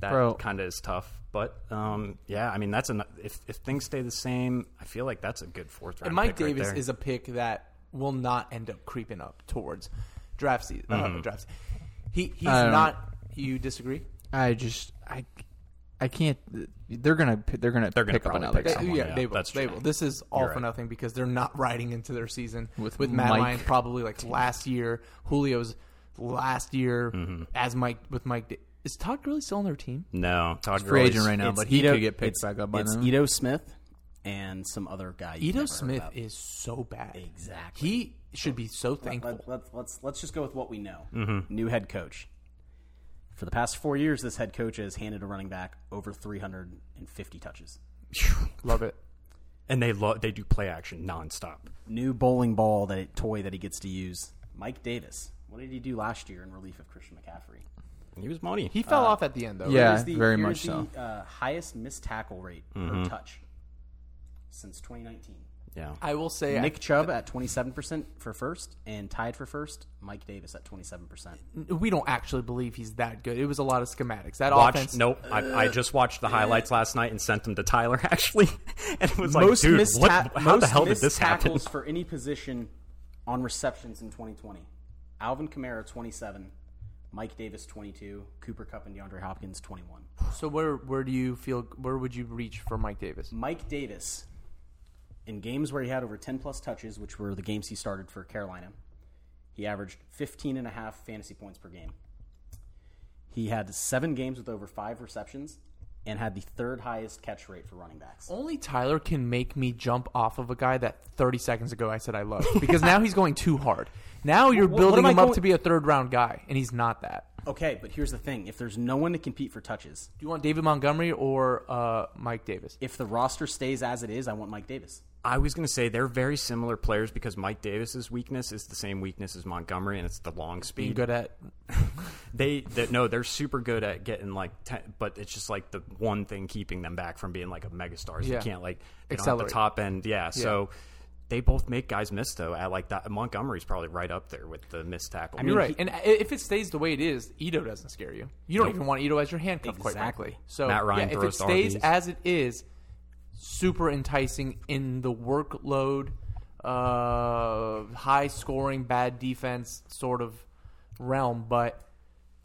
Bro. That kind of is tough, but um, yeah, I mean that's an if if things stay the same, I feel like that's a good fourth round. And Mike pick right Davis there. is a pick that will not end up creeping up towards draft season. Uh, draft season. He he's I don't- not. You disagree? I just I I can't. They're gonna they're gonna They're gonna pick up probably another pick guy. someone, yeah, yeah, they will. that's they true. will. This is all You're for right. nothing because they're not riding into their season With with Mike. Matt Ryan probably like last year, Julio's last year as Mike with Mike. Da- Is Todd Gurley still on their team? no Todd Free Gurley's- agent right now, It's but he Ito- could get picked it's- back up by It's them. Ito Smith and some other guy. you've Edo never heard Smith about. is so bad. Exactly. He should be so thankful. Let, let, let's let's just go with what we know. New head coach. For the past four years, this head coach has handed a running back over 350 touches. Love it. and they lo- they do play action nonstop. New bowling ball that toy that he gets to use. Mike Davis. What did he do last year in relief of Christian McCaffrey? He was money. He fell off at the end though. Yeah. right? Here's the, very here's much so. The, uh, highest missed tackle rate Mm-hmm. per touch since 2019. yeah. I will say I- Nick Chubb at 27% for first, and tied for first, Mike Davis at 27%. we don't actually believe he's that good. It was a lot of schematics. That Watch, offense. nope. I, I just watched the highlights last night and sent them to Tyler actually, and it was most like, dude, missed, what, ta- how most the hell did missed this happen? tackles for any position on receptions in 2020. Alvin Kamara 27, Mike Davis 22, Cooper Cup and DeAndre Hopkins 21. So where where do you feel? Where would you reach for Mike Davis? Mike Davis in games where he had over 10 plus touches, which were the games he started for Carolina, he averaged 15 and a half fantasy points per game. He had 7 games with over 5 receptions and had the third highest catch rate for running backs. Only Tyler can make me jump off of a guy that 30 seconds ago I said I loved because now he's going too hard. Now you're Wh- wh- what building am I him up going- to be a third round guy, and he's not that. Okay, but here's the thing, if there's no one to compete for touches, Do you want David Montgomery or uh, Mike Davis? if the roster stays as it is, I want Mike Davis. I was going to say they're very similar players because Mike Davis's weakness is the same weakness as Montgomery, and it's the long Being speed. good at They that no, they're super good at getting like, ten, but it's just like the one thing keeping them back from being like a megastar. is They Yeah. can't like they don't have the Accelerate. top end. Yeah, so. They both make guys miss though. At like that, Montgomery's probably right up there with the missed tackle. you're right, and i- if it stays the way it is, Ito doesn't scare you. You don't even want Ito as your handcuff, quite Exactly. frankly. So Matt Ryan yeah, if it throws to stays RBs. as it is, super enticing in the workload, uh, high scoring, bad defense sort of realm. But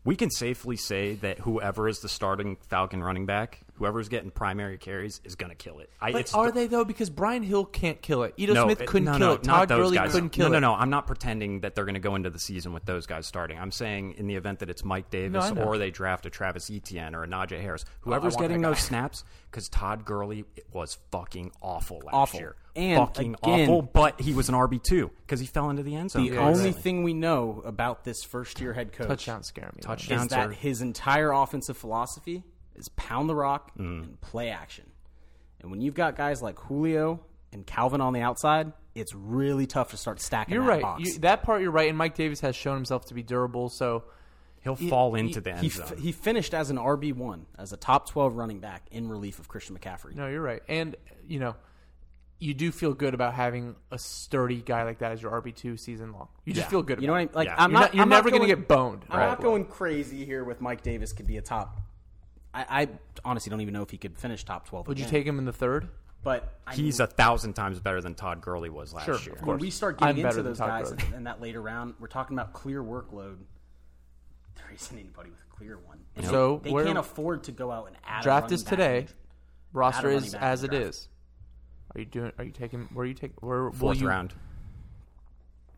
we can safely say that whoever is the starting Falcon running back, whoever's getting primary carries, is going to kill it. I, but it's are the- they though? Because Brian Hill can't kill it. Ito no, Smith it- couldn't no, kill no, it. not Todd those Gurley guys. couldn't kill no, it. No, no, I'm not pretending that they're going to go into the season with those guys starting. I'm saying in the event that it's Mike Davis I know. Oh, or they draft a Travis Etienne or a Najee Harris, whoever's want getting that those guy. snaps, because Todd Gurley was fucking awful last Awful. year. And fucking again- awful, but he was an RB2 because he fell into the end zone. The only thing we know about this first year head coach touchdowns scare me. though. touchdowns is that are- his entire offensive philosophy is pound the rock Mm. and play action. And when you've got guys like Julio and Calvin on the outside, it's really tough to start stacking You're that right. box. You, that part you're right. And Mike Davis has shown himself to be durable. So he'll fall into the end he, zone. f- he finished as an RB1, as a top 12 running back in relief of Christian McCaffrey. No, you're right. And, you know, you do feel good about having a sturdy guy like that as your RB2 season long. You just feel good about You know what I mean? it. Like Yeah. I'm You're not. not- you're I'm never gonna going- get boned, I'm not right. going crazy here with Mike Davis. Could be a top. I, I honestly don't even know if he could finish top twelve. Would you again. take him in the third? But I He's mean, a thousand times better than Todd Gurley was last Sure, year. of when course. we start I'm getting better into than those Todd guys Gurley. in that later round. We're talking about clear workload. There isn't anybody with a clear one. And So they where- can't afford to go out and add. a Draft running is back. today. Roster running is back as in it the draft. is. Are you doing? Are you taking? Where are you taking? Where will Fourth you? round.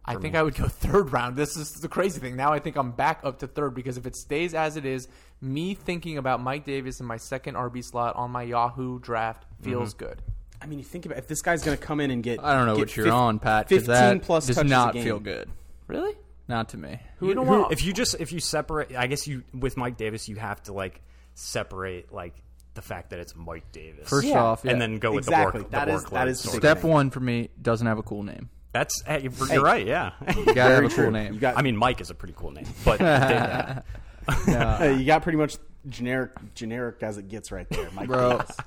I think I would go third round. This is the crazy thing. Now I think I'm back up to third because if it stays as it is, me thinking about Mike Davis in my second RB slot on my Yahoo draft feels good. I mean, you think about if this guy's going to come in and get. I don't know get what you're fif- on, Pat. 'cause Fifteen that plus does touches a not game. feel good. Really? Not to me. Who, you don't Who- want? if you just if you separate i guess you with mike davis you have to like separate like the fact that it's mike davis First Yeah. off, and yeah. then go with Exactly. the work That the is- workload that is sort of. step one for me doesn't have a cool name. that's hey, you're, you're right yeah You gotta have a True. cool name. You got. i mean mike is a pretty cool name but yeah. uh, you got pretty much generic, generic as it gets right there, Mike Bro. Davis.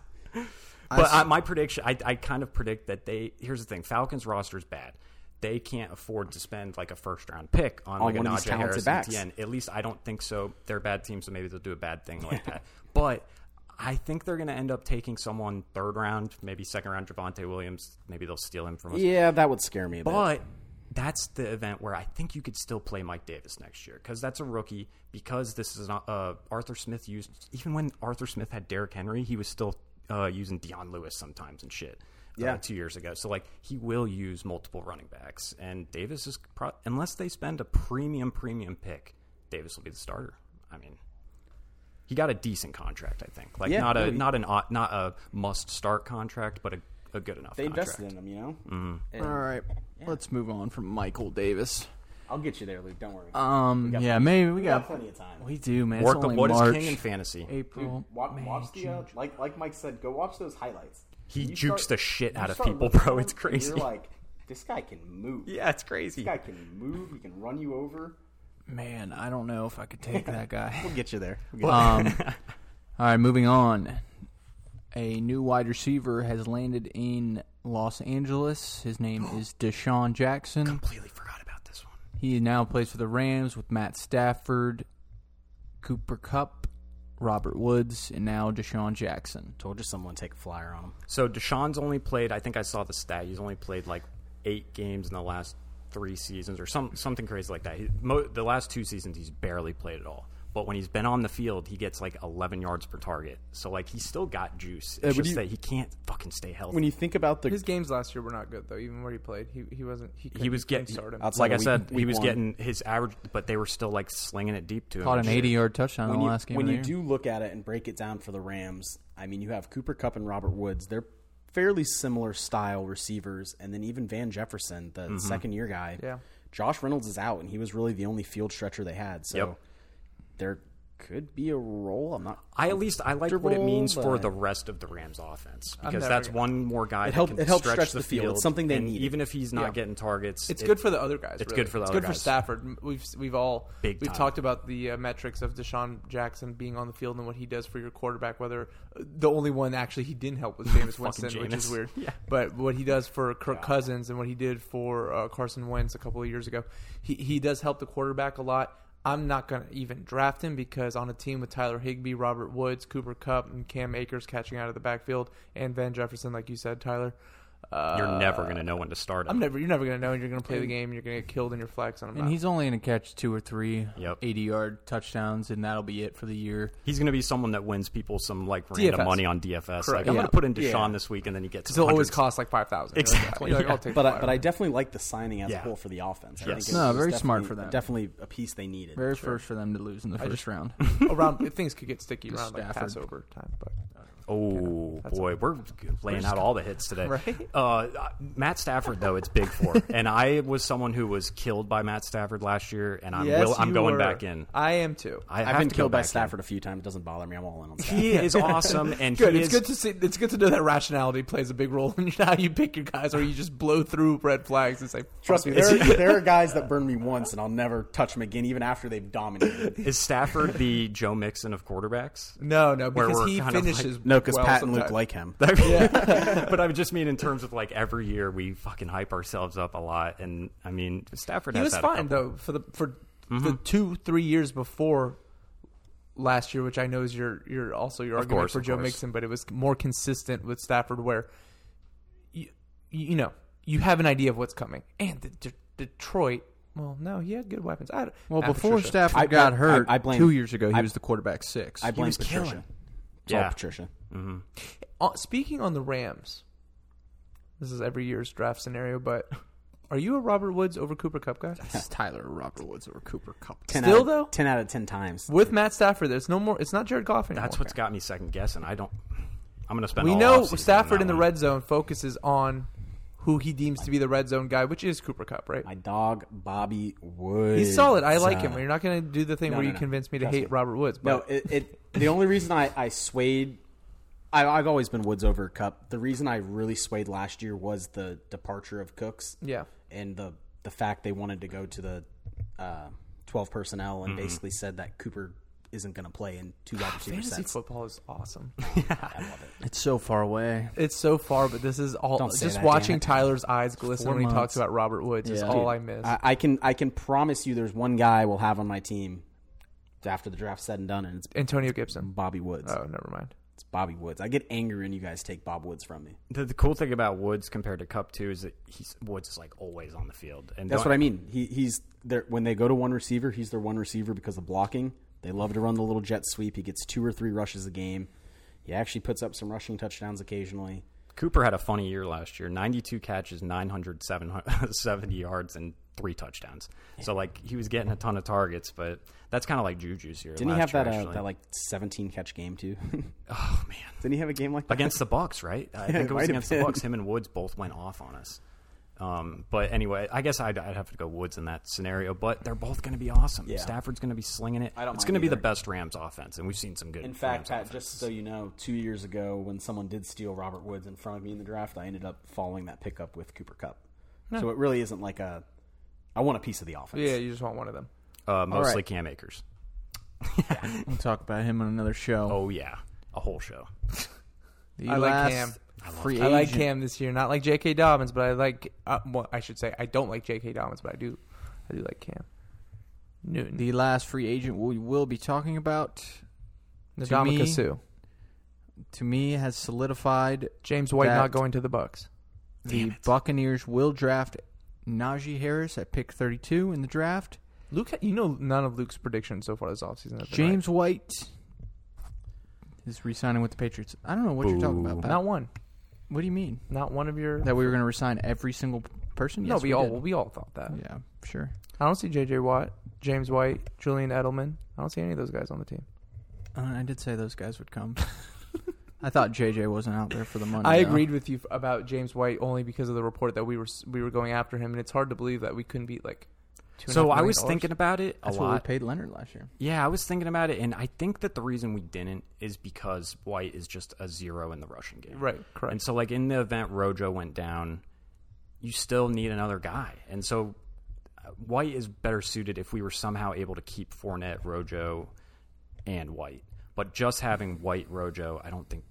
but I, my prediction I, I kind of predict that they here's the thing falcons roster is bad they can't afford to spend like a first round pick on, On like one a of these Najee talented Harris backs. and Etienne. At least I don't think so. They're a bad team, so maybe they'll do a bad thing like that. But I think they're going to end up taking someone third round, maybe second round, Javante Williams. Maybe they'll steal him from us. Yeah, that would scare me. A bit. But that's the event where I think you could still play Mike Davis next year because that's a rookie. Because this is not uh, Arthur Smith used even when Arthur Smith had Derrick Henry, he was still uh, using Deion Lewis sometimes and shit. Yeah. uh, two years ago. So like he will use multiple running backs, and Davis is pro- unless they spend a premium premium pick, Davis will be the starter. I mean. He got a decent contract, I think. Like Yeah, not a no, he- not an au- not a must start contract, but a, a good enough. they contract. invested in him, you know. And All right, let's move on from Michael Davis. I'll get you there, Luke. Don't worry. Um, yeah, maybe we we got got plenty of time. we do, man. Work it's only what is March, king in fantasy? April. Watch, watch the uh, like, like Mike said, go watch those highlights. He You jukes start- the shit you out of start people, looking bro. at It's them, and crazy. You're like, This guy can move. Yeah, it's This crazy. guy can move. He can run you over. Man, I don't know if I could take that guy. We'll get you there. We'll get Um, all right, moving on. A new wide receiver has landed in Los Angeles. His name is Deshaun Jackson. Completely forgot about this one. He now plays for the Rams with Matt Stafford, Cooper Cup, Robert Woods, and now Deshaun Jackson. Told you someone take a flyer on him. So Deshaun's only played. I think I saw the stat. He's only played like eight games in the last three seasons, or some something crazy like that. He, mo, the last two seasons, he's barely played at all. But when he's been on the field, he gets like 11 yards per target. So like he's still got juice. It's when just you- that he can't fucking stay healthy. When you think about the His games last year were not good though. Even where he played, he he wasn't. He, he couldn't- was couldn't getting start him. Outside like I of said, week- he week was one. getting his average, but they were still like slinging it deep to him. Caught and an shit. 80 yard touchdown in when the you, last game. when of the you year. do look at it and break it down for the Rams, I mean, you have Cooper Cup and Robert Woods. They're fairly similar style receivers, and then even Van Jefferson, the Mm-hmm. second year guy. Yeah. Josh Reynolds is out, and he was really the only field stretcher they had. So Yep. there could be a role. I'm not. I at least I like what it means for but- the rest of the Rams offense because never that's gonna- one more guy that helped- can it helped stretch, the field. It's something they and needed. Even if he's not Yeah. getting targets, It's it- good for the other guys. it's really. good for the it's other good for guys. Stafford. M- We've s- we've all Big we've time. talked about the uh, metrics of Deshaun Jackson being on the field and what he does for your quarterback. Whether uh, the only one actually he didn't help was Jameis Winston, which is Jameis. weird. But what he does for Kirk Cousins and what he did for uh, Carson Wentz a couple of years ago, he he does help the quarterback a lot. I'm not going to even draft him because on a team with Tyler Higbee, Robert Woods, Cooper Cup, and Cam Akers catching out of the backfield, and Van Jefferson, like you said, Tyler. Uh, You're never going to know when to start him. I'm never. You're never gonna know. and You're gonna play the game. You're gonna get killed in your flex. And I'm and not. he's only going to catch two or three Yep. 80 yard touchdowns, and that'll be it for the year. He's going to be someone that wins people some like random DFS. money on DFS. Like, I'm Yeah. going to put in Yeah. Deshaun this week, and then he gets. still always 100. costs like five thousand. Exactly, Like, yeah. I'll take But the I, five. but I definitely like the signing as Yeah. a whole for the offense. I Yes. think it No, was very smart definitely- for them. Definitely a piece they needed. Very first for them to lose in the first round. around things could get sticky around like Stafford. Passover time. But Oh boy, we're laying out all the hits today. Right? Uh, Matt Stafford though, it's big for, and I was someone who was killed by Matt Stafford last year, and I'm will, I'm you going were. back in. I am too. I I've have been to go killed by back in. Stafford a few times. It doesn't bother me. I'm all in on Stafford. He is awesome, and good. he It's is good to see. It's good to know that rationality plays a big role in how you pick your guys, or you just blow through red flags and say, Trust me, there are, there are guys that burn me once, and I'll never touch them again, even after they've dominated. Is Stafford the Joe Mixon of quarterbacks? "No, no," Where because we're he kind of like- finishes. No, because well Pat and Luke sometimes. like him. but I would just mean in terms of like every year we fucking hype ourselves up a lot, and I mean Stafford He has was had a fine couple- Mm-hmm. though for the for the two three years before last year, which I know is your your also your argument course, for of Joe course. Mixon, but it was more consistent with Stafford, where you you know you have an idea of what's coming, and the De- Detroit. Well, no, he had good weapons. I don't- Well, Matt before Patricia. Stafford I- got I- hurt I- I blame- two years ago, he I- was the quarterback six. I blame was Patricia. killing. It's Yeah. all Patricia. Uh, speaking on the Rams, this is every year's draft scenario, but are you a Robert Woods over Cooper Cup guy? It's Tyler Robert Woods or Cooper Cup. Ten Still, out of, though? ten out of ten times. With Matt Stafford, there's no more. It's not Jared Goff anymore. That's what's got me second guessing. I don't. I'm going to spend. We all know offseason on Stafford that in the one. red zone focuses on who he deems to be the red zone guy, which is Cooper Cup, right? My dog Bobby Woods. He's solid. I like him. Uh, You're not going to do the thing no, where no, you no. convince me to Trust hate me. Robert Woods. No, But it, it. The only reason I I swayed, I, I've always been Woods over Cup. The reason I really swayed last year was the departure of Cooks. Yeah. and the the fact they wanted to go to the uh, twelve personnel Mm-hmm. and basically said that Cooper isn't going to play in two wide receiver fantasy sets. football is awesome. It's so far away. it's so far, but this is all Don't say just that, watching damn it. Tyler's eyes glisten Four when he months. talks about Robert Woods is Yeah. all Dude, I miss. I, I can I can promise you, there's one guy we'll have on my team after the draft's said and done, and it's Antonio Gibson. Bobby Woods. Oh, never mind. It's Bobby Woods. I get angry when you guys take Bob Woods from me. The, the cool thing about Woods compared to Cup too is that he's Woods is like always on the field, and That's what I mean. He, he's there when they go to one receiver. He's their one receiver because of blocking. They love to run the little jet sweep. He gets two or three rushes a game. He actually puts up some rushing touchdowns occasionally. Cooper had a funny year last year 92 catches, 900, 770 yards, and three touchdowns. So, like, he was getting a ton of targets, but that's kind of like Juju's year. Didn't he have that last year, uh, actually. that like seventeen catch game too? oh, man. Didn't he have a game like that? Against the Bucks, right? I it think it might was have against the been. Bucks. Him and Woods both went off on us. Um, but anyway, I guess I'd, I'd have to go Woods in that scenario. But they're both going to be awesome. Yeah. Stafford's going to be slinging it. I don't it's mind going to be either. the best Rams offense, and we've seen some good. In fact, Rams Pat, offense. just so you know, two years ago when someone did steal Robert Woods in front of me in the draft, I ended up following that pickup with Cooper Cup. So it really isn't like a. I want a piece of the offense. Yeah, you just want one of them. Uh, mostly right. Cam Akers. We'll talk about him on another show. Oh yeah, a whole show. the I like last Cam. Free I like agent. Cam this year, not like J.K. Dobbins, but I like. Uh, well, I should say I don't like J.K. Dobbins, but I do. I do like Cam Newton. The last free agent we will be talking about, The to me- Sue. to me, has solidified James White That- not going to the Bucks. the Buccaneers will draft Najee Harris at pick 32 in the draft. Luke, you know none of Luke's predictions so far this offseason. have been James White is re-signing with the Patriots. I don't know what you're talking about. right. Pat. not one, What do you mean not one of your. that we were going to resign every single person? no, Yes, we, all did. we all thought that. Yeah, sure. I don't see J.J. Watt, James White, Julian Edelman. I don't see any of those guys on the team. Uh, I did say those guys would come. I thought JJ wasn't out there for the money. I though. agreed with you f- about James White only because of the report that we were s- we were going after him, and it's hard to believe that we couldn't beat like. two and a So half I million was dollars. thinking about it a That's what we lot. paid Leonard last year. Yeah, I was thinking about it, and I think that the reason we didn't is because White is just a zero in the rushing game. Right, correct. And so, like in the event Rojo went down, you still need another guy, and so uh, White is better suited if we were somehow able to keep Fournette, Rojo, and White. But just having White, Rojo, I don't think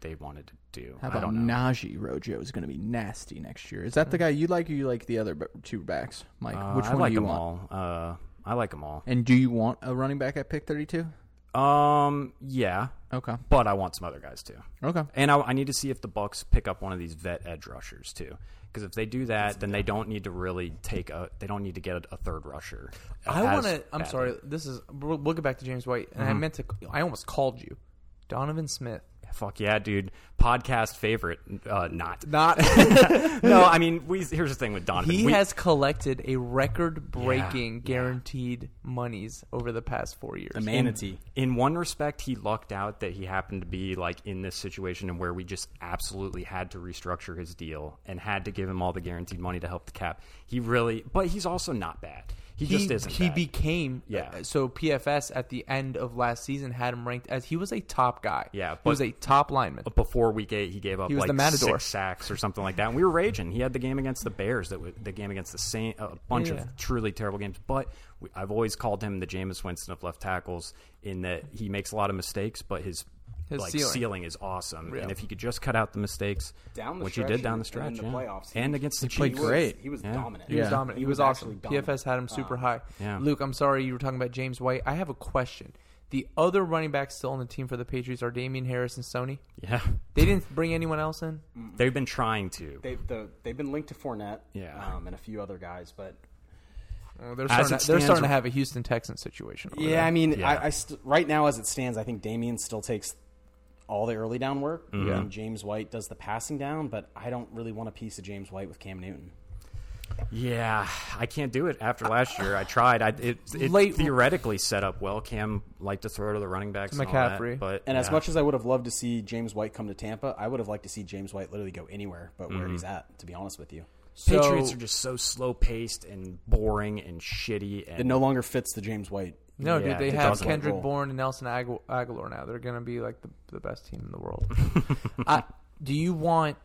they wanted to do. How I about don't know. Najee Rojo is going to be nasty next year? Is that the guy you like, or you like the other b- two backs, Mike? Uh, Which I one like do you them want? all. Uh, I like them all. And do you want a running back at pick thirty-two? Um, yeah, Okay, but I want some other guys too. okay. And I, I need to see if the Bucks pick up one of these vet edge rushers too, because if they do that, then they don't need to really take a. They don't need to get a, a third rusher. I as want to. I'm badly. sorry. This is. We'll, we'll get back to James White, and I meant to. I almost called you, Donovan Smith. Fuck yeah, dude! Podcast favorite, uh, not. Not no, I mean, we. Here's the thing with Donovan. he We- has collected a record-breaking Yeah, yeah. guaranteed monies over the past four years. The manatee. in one respect, he lucked out that he happened to be like in this situation and where we just absolutely had to restructure his deal and had to give him all the guaranteed money to help the cap. He really, but he's also not bad. He, He, just isn't. he bad. became uh, Yeah. So PFS at the end of last season had him ranked as he was a top guy. Yeah, he but- Oh, was a top lineman. before week eight, he gave up He was like the Matador. six sacks or something like that. And we were raging. He had the game against the Bears, that was, the game against the Saint, a bunch Yeah. of truly terrible games. But we, I've always called him the Jameis Winston of left tackles in that he makes a lot of mistakes, but his, His like ceiling. ceiling. is awesome. Yeah. And if he could just cut out the mistakes, Down the which stretch he did down and- the stretch, and in the yeah. playoffs, he and was- against the played Chiefs, was- great. He was Yeah. dominant. He was Yeah. dominant. Ah. He, was, awesome. actually dominant. Um, PFS had him super high. yeah. Luke, I'm sorry you were talking about James White. I have a question. The other running backs still on the team for the Patriots are Damian Harris and Sony. yeah, They didn't bring anyone else in. they've been trying to. They've the, they've been linked to Fournette, Yeah. um, and a few other guys, but Oh, they're, As starting it to, they're stands- starting to have a Houston Texans situation. over yeah, there. I mean, Yeah. I, I st- right now as it stands, I think Damien still takes all the early down work, Mm-hmm. and James White does the passing down. But I don't really want a piece of James White with Cam Newton. Yeah, I can't do it after last year. I tried. I, it it Late- theoretically set up well. Cam liked to throw to the running backs, and all that, McCaffrey. but And as yeah. much as I would have loved to see James White come to Tampa, I would have liked to see James White literally go anywhere but Mm-hmm. where he's at, to be honest with you. So- Patriots are just so slow paced and boring and shitty. And It no longer fits the James White. no, Yeah, dude, they it have doesn't. Kendrick Roll. Bourne and Nelson Agu- Aguilar now. They're going to be like the, the best team in the world. I, do you want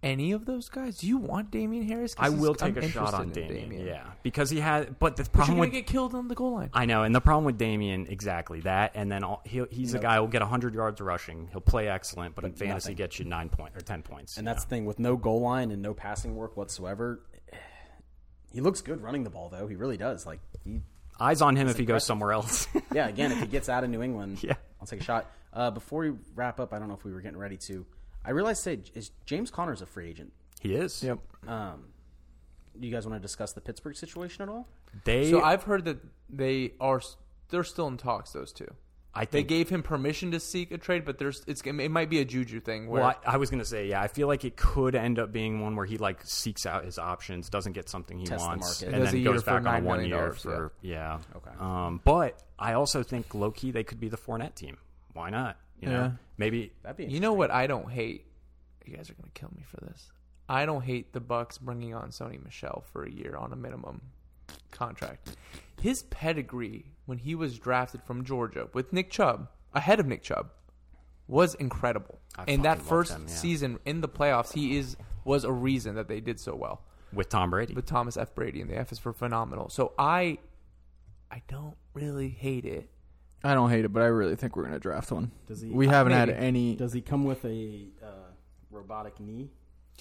any of those guys? Do you want Damian Harris? 'Cause I he's- will take I'm a shot interested on in Damien. Yeah, because he had. But the But you're problem going with to get killed on the goal line. I know, and the problem with Damien exactly that, and then all, he, he's a guy who'll get hundred yards rushing. He'll play excellent, but, in fantasy, nothing. gets you nine point or ten points. And you that's the thing with no goal line and no passing work whatsoever. He looks good running the ball though. He really does. Like he, know. eyes on him if he goes somewhere else. yeah. Again, if he gets out of New England, Yeah. I'll take a shot. Uh, before we wrap up, I don't know if we were getting ready to. I realized say is James Connor's a free agent. he is. Yep. Um, do you guys want to discuss the Pittsburgh situation at all? They. So I, I've heard that they are they're still in talks. Those two. They think. gave him permission to seek a trade, but there's it's it might be a juju thing where well, I, I was gonna say, yeah, I feel like it could end up being one where he like seeks out his options, doesn't get something he Test the wants, market. and Does a then year goes for back on a $9 one million, year yeah. for yeah. Okay. Um, but I also think low key they could be the Fournette team. Why not? You know, Yeah. maybe That'd be you know what I don't hate. You guys are gonna kill me for this. I don't hate the Bucks bringing on Sony Michelle for a year on a minimum contract. His pedigree when he was drafted from Georgia with Nick Chubb ahead of Nick Chubb was incredible. I and that fucking love first them, yeah. season in the playoffs, he is was a reason that they did so well. with Tom Brady. with Thomas F. Brady, and the F is for phenomenal. So I, I don't really hate it. I don't hate it, but I really think we're gonna draft one. Does he- we haven't had maybe. any. Does he come with a uh, robotic knee?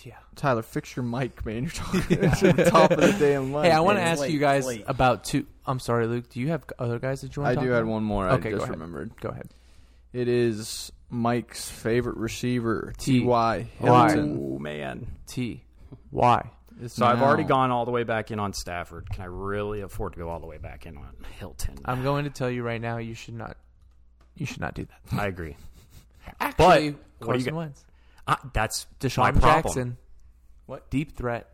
Yeah. Tyler, fix your mic, man. You're talking to the top of the damn mic. Hey, I want to it's ask late, you guys it's late. about two. I'm sorry, Luke. Do you have other guys that you I want? to do talk have about? one more. Okay, I go just ahead. remembered. Go ahead. It is Mike's favorite receiver, T. T.Y. Why? Hilton. Oh man. T. Why? It's So I've now- already gone all the way back in on Stafford. Can I really afford to go all the way back in on Hilton? I'm going to tell you right now. You should not. You should not do that. I agree. Actually, what do you Carson got- Wentz, Uh, that's my Deshaun problem. Jackson, what deep threat?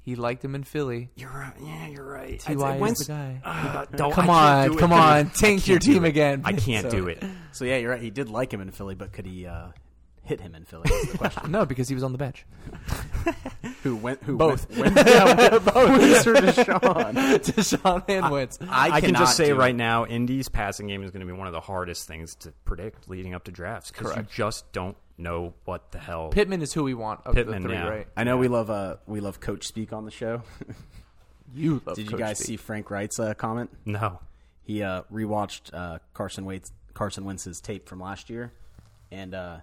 He liked him in Philly. You're right. Yeah, you're right. T.Y. I- is Wentz- the guy. Ah, don't- Come I can't on, do it. come I on, tank can't your do team it. again. I So- can't do it. So yeah, you're right. He did like him in Philly, but could he uh, hit him in Philly? Is the question. No, because he was on the bench. who went? Who Both. Went, went, yeah, went, both. Or Deshaun. Deshaun and Wentz. I, I can cannot just say do it. right now, Indy's passing game is going to be one of the hardest things to predict leading up to drafts because you just don't know what the hell. Pittman is who we want of Pittman, the three, yeah. right? I know we love uh, we love coach speak on the show. You love Did you Coach guys D. see Frank Wright's uh, comment? No, He uh, rewatched uh, Carson Waits Carson Wentz's tape from last year, and uh,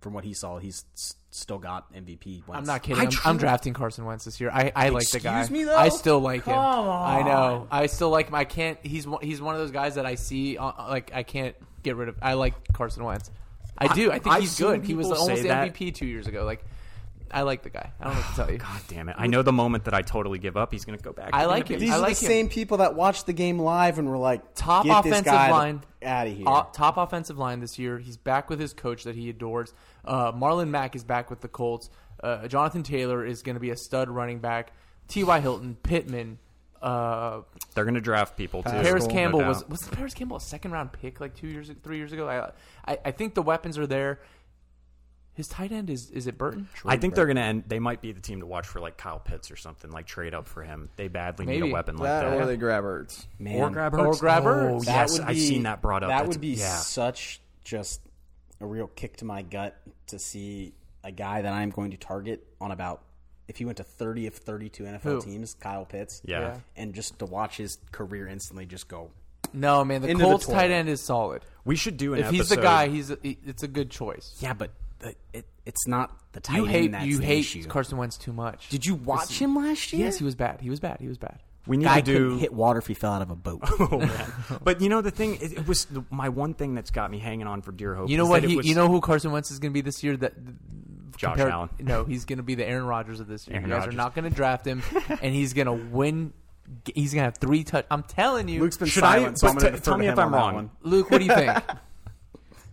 from what he saw, he's s- still got MVP. Wentz. I'm not kidding. I'm, I'm drafting Carson Wentz this year. I, I like the guy. Excuse me, though? I still like him. Come I on. know. I still like him. I can't. He's one- he's one of those guys that I see. uh, Like I can't get rid of. I like Carson Wentz. I do. I think I've he's seen good. He was people say almost that. MVP two years ago. Like I like the guy. I don't know what to Oh, tell you. God damn it! I know the moment that I totally give up, he's going to go back. I to like being him. a These I are like the him. same people that watched the game live and were like, Top Get offensive this guy line. out of here." Uh, top offensive line this year. He's back with his coach that he adores. Uh, Marlon Mack is back with the Colts. Uh, Jonathan Taylor is going to be a stud running back. T.Y. Hilton, Pittman, uh, beast. They're going to draft people too. Paris no Campbell was doubt. was Paris Campbell a second round pick like two years three years ago? I I, I think the weapons are there. His tight end is is it Burton? I think they're going to end. They might be the team to watch for like Kyle Pitts or something. Like trade up for him. They badly need Maybe. a weapon like That or that. they grab Ertz. Man, Or grab Or Hurts. grab Oh, Hurts. That yes, would I've be- seen that brought up. That That's- would be yeah. such just a real kick to my gut to see a guy that I'm going to target on about if he went to 30 of 32 NFL Who? teams, Kyle Pitts. Yeah. Yeah. And just to watch his career instantly just go. No man, the Into the Colts toilet. tight end is solid. We should do an If he's the episode- guy, he's a, he- it's a good choice. Yeah, but the, it, it's not the tight You end hate that's you the hate issue. Carson Wentz too much. Did you watch him last year? Yes, he was bad. He was bad. He was bad. We need Guy to do. couldn't hit water if he fell out of a boat. Oh, man. but you know the thing, it, it was the, my one thing that's got me hanging on for dear hope. You know is what? that it He, was you know who Carson Wentz is going to be this year? That Josh compared- Allen. No, he's going to be the Aaron Rodgers of this year. Aaron you guys Rodgers. are not going to draft him, and he's going to win. He's going to have three touch. I'm telling you, Luke's been Should I? silent, so I'm but going t- to tell me if I'm wrong. Luke, what do you think?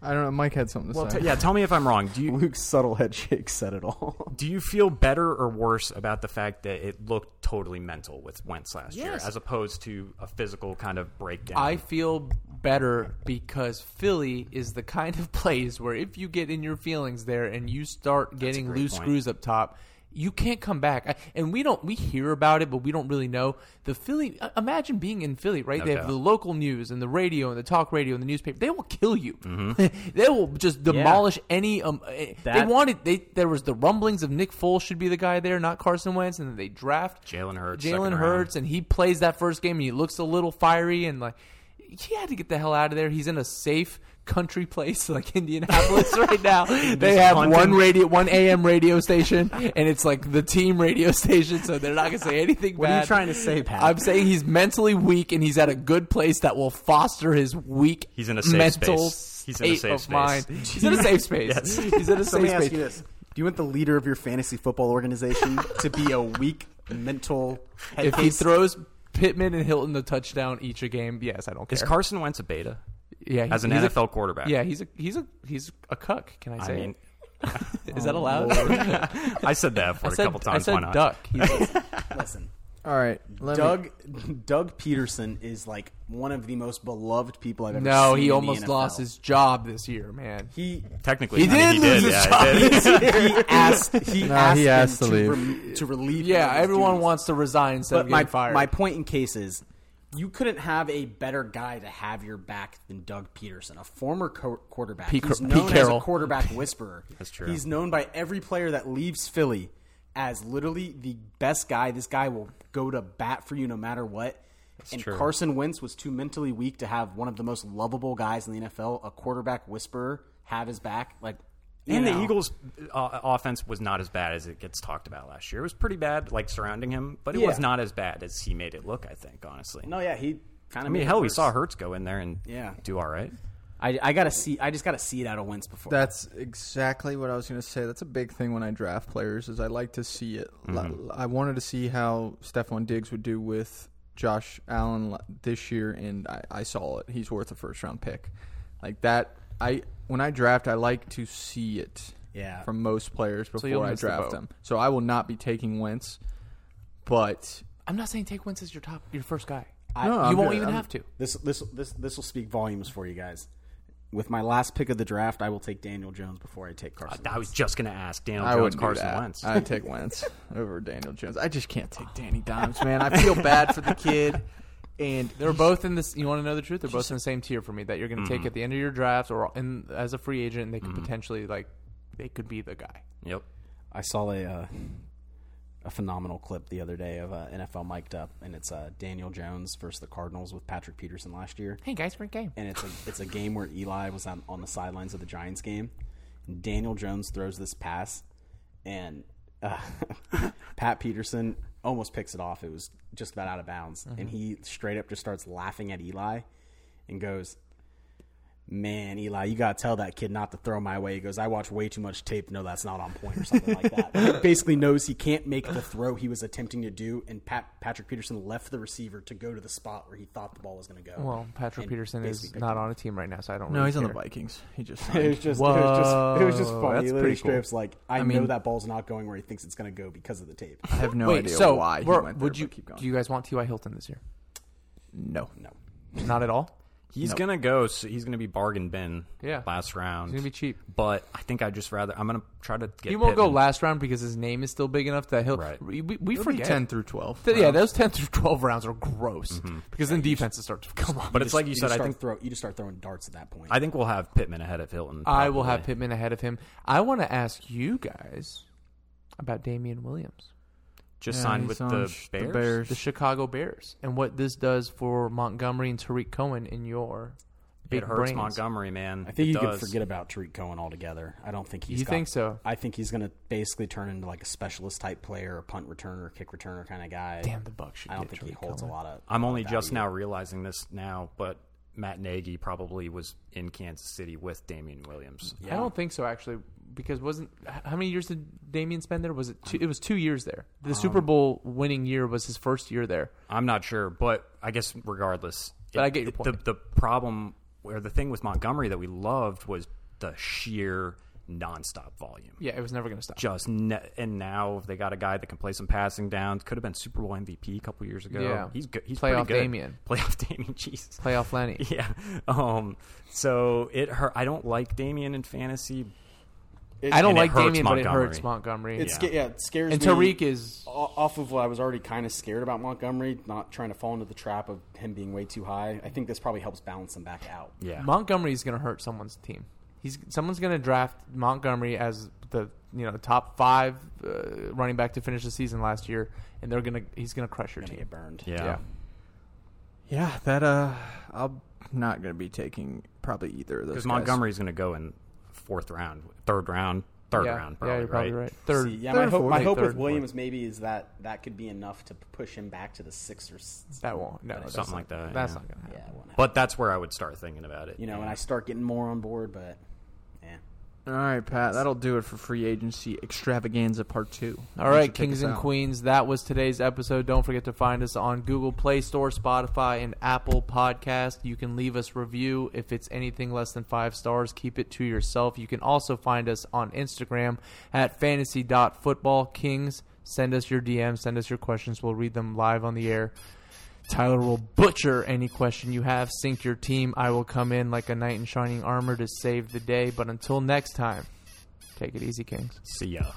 I don't know. Mike had something to Well, say. t- yeah, tell me if I'm wrong. Do you Luke's subtle head shake said it all. do you feel better or worse about the fact that it looked totally mental with Wentz last year, Yes. as opposed to a physical kind of breakdown? I feel better because Philly is the kind of place where if you get in your feelings there and you start getting great loose point. screws up top, you can't come back. I, and we don't we hear about it, but we don't really know. The Philly uh, imagine being in Philly, right? they have doubt. the local news and the radio and the talk radio and the newspaper. They will kill you. Mm-hmm. they will just demolish any um eh, they That- wanted they there was the rumblings of Nick Foles should be the guy there, not Carson Wentz, and then they draft Jalen Hurts, second Jalen round. Hurts and he plays that first game and he looks a little fiery and like he had to get the hell out of there. He's in a safe country place like Indianapolis right now. They have hunting. one radio, one AM radio station, and it's like the team radio station, so they're not gonna say anything. What are bad. you trying to say, Pat? I'm saying he's mentally weak and he's at a good place that will foster his weak. He's in a safe mental space. He's in a state safe of space. mind. He's in a safe space. He's in a So safe let me ask you space. this: Do you want the leader of your fantasy football organization to be a weak mental? Head If he case? throws Pittman and Hilton the touchdown each a game, yes, I don't care. is Carson Wentz a beta Yeah, as an he's a- NFL quarterback? Yeah, he's a he's a he's a cuck. Can I I say? it? mean, oh, is that allowed? I I said that for a said couple times. I said Why not? duck. He's- listen, All right. Let me- Doug Doug Peterson is like one of the most beloved people I've ever seen. no, he in the almost NFL. lost his job this year, man. He Technically, He I did mean, lose his yeah, he job. did. he asked he No, asked, he asked him to leave. rem- to relieve. him Yeah, of his everyone duties. wants to resign instead of But getting my fired. my point in case is, you couldn't have a better guy to have your back than Doug Peterson, a former co- quarterback. Pete Car- He's known Pete as Carroll. a quarterback whisperer. That's true. He's known by every player that leaves Philly. as literally the best guy. This guy will go to bat for you no matter what. and true. Carson Wentz was too mentally weak to have one of the most lovable guys in the NFL, a quarterback whisperer, have his back. Like, you And the know. Eagles' uh, offense was not as bad as it gets talked about last year. It was pretty bad, like surrounding him, but it Yeah. was not as bad as he made it look. I think, honestly. No, yeah, he kind of. I mean, hell, we saw Hertz go in there and Yeah. do all right. I, I gotta see. I just gotta see it out of Wentz before. That's exactly what I was going to say. That's a big thing when I draft players is I like to see it. Li- Mm-hmm. I wanted to see how Stephon Diggs would do with Josh Allen li- this year, and I, I saw it. He's worth a first round pick. Like that, I when I draft, I like to see it. Yeah. from most players before you'll I miss the draft boat. them. So I will not be taking Wentz, but I'm not saying take Wentz as your top, your first guy. I- No, you I'm won't good. even I'm- have to. This this this this will speak volumes for you guys. With my last pick of the draft, I will take Daniel Jones before I take Carson. I was just going to ask Daniel I Jones, would Carson Wentz. I'd take Wentz over Daniel Jones. I just can't Oh. take Danny Dimes, man. I feel bad for the kid. And They're both in this. You want to know the truth? They're both in the same tier for me that you're going to Mm-hmm. take at the end of your draft or in, as a free agent, and they could potentially like they could be the guy. yep. I saw a uh, a phenomenal clip the other day of uh, NFL mic'd up, and it's uh, Daniel Jones versus the Cardinals with Patrick Peterson last year. Hey guys, great game. and it's a it's a game where Eli was on, on the sidelines of the Giants game. And Daniel Jones throws this pass, and uh, Pat Peterson almost picks it off. It was just about out of bounds, Mm-hmm. and he straight up just starts laughing at Eli, and goes. Man, Eli, you gotta tell that kid not to throw my way. He goes, I watch way too much tape. No, that's not on point, or something like that. He basically knows he can't make the throw he was attempting to do, and Pat Patrick Peterson left the receiver to go to the spot where he thought the ball was gonna go. Well, Patrick And Peterson basically is picked not on a team right now, so I don't. no, really he's on the care. Vikings. He just It signed. was just, it was just, it was just Whoa, funny. that's pretty That's pretty cool. Strips like I, know mean- that ball's not going where he thinks it's going to go because of the tape. I have no Wait, idea so why he we're- went there, would but you? keep going. Do you guys want T.Y. Hilton this year? no, No, Not at all. He's going to go. So he's going to be bargain bin Yeah. last round. He's going to be cheap. But I think I just rather I'm going to try to get He won't go Pittman. last round because his name is still big enough that he'll. Right. We, we, we It'll be forget. ten through twelve. Uh, Th- yeah, those 10 through 12 rounds are gross because then defenses start to come on. Mm-hmm. But it's like you just said I start think throw, you just start throwing darts at that point. I think we'll have Pittman ahead of Hilton. I will have probably. Pittman ahead of him. I want to ask you guys about Damian Williams, just signed with the Bears. the Chicago Bears, and what this does for Montgomery and Tariq Cohen in your big It hurts brains. Montgomery, man. I think It you can does. forget about Tariq Cohen altogether. I don't think he's. You got- think so? I think he's going to basically turn into like a specialist type player, a punt returner, kick returner kind of guy. Damn, the Bucks should I don't get think he Tariq holds Cohen. a lot of. I'm only just now realizing this now, but Matt Nagy probably was in Kansas City with Damian Williams. I don't think so, actually, because wasn't h- how many years did Damien spend there? Was it two, it was two years there? The Super Bowl winning year was his first year there. I'm not sure, but I guess regardless. But I get your point. The, the problem or the thing with Montgomery that we loved was the sheer nonstop volume. Yeah, it was never going to stop. Just ne- and now they got a guy that can play some passing downs. Could have been Super Bowl MVP a couple years ago. Yeah. he's good. He's Playoff pretty good. Damien. Playoff Damien. Jesus. Playoff Lenny. Yeah. Um. So it hurt. I don't like Damien in fantasy. I don't And it like hurts Damien, but it Montgomery. hurts Montgomery. It's yeah. Oh, it scares And me. Tariq is O- off of what I was already kind of scared about Montgomery, not trying to fall into the trap of him being way too high. I think this probably helps balance him back out. Yeah. Montgomery is going to hurt someone's team. He's someone's going to draft Montgomery as the you know top five uh, running back to finish the season last year, and they're going to he's going to crush your Gonna team. get burned. yeah. Yeah, that uh, I'm not going to be taking probably either of those. Because guys. Montgomery's going to go in fourth round, third round, third yeah, round, yeah, probably, you're probably right. right? Third, See, yeah, third, my hope, fourth, my hope third, with Williams maybe is that that could be enough to push him back to the six or s- fourth. That won't. No, that's Something not- like that, That's yeah. not going to yeah, happen. it won't happen. But that's where I would start thinking about it. you know, and I start getting more on board, but yeah, All right, Pat, that'll do it for free agency extravaganza part two. All right, Kings and Queens, that was today's episode. Don't forget to find us on Google Play Store, Spotify, and Apple Podcast. You can leave us review if it's anything less than five stars. Keep it to yourself. You can also find us on Instagram at fantasy.footballkings. Send us your DMs, send us your questions. We'll read them live on the air. Tyler will butcher any question you have, sink your team. I will come in like a knight in shining armor to save the day. But until next time, take it easy, Kings. See ya.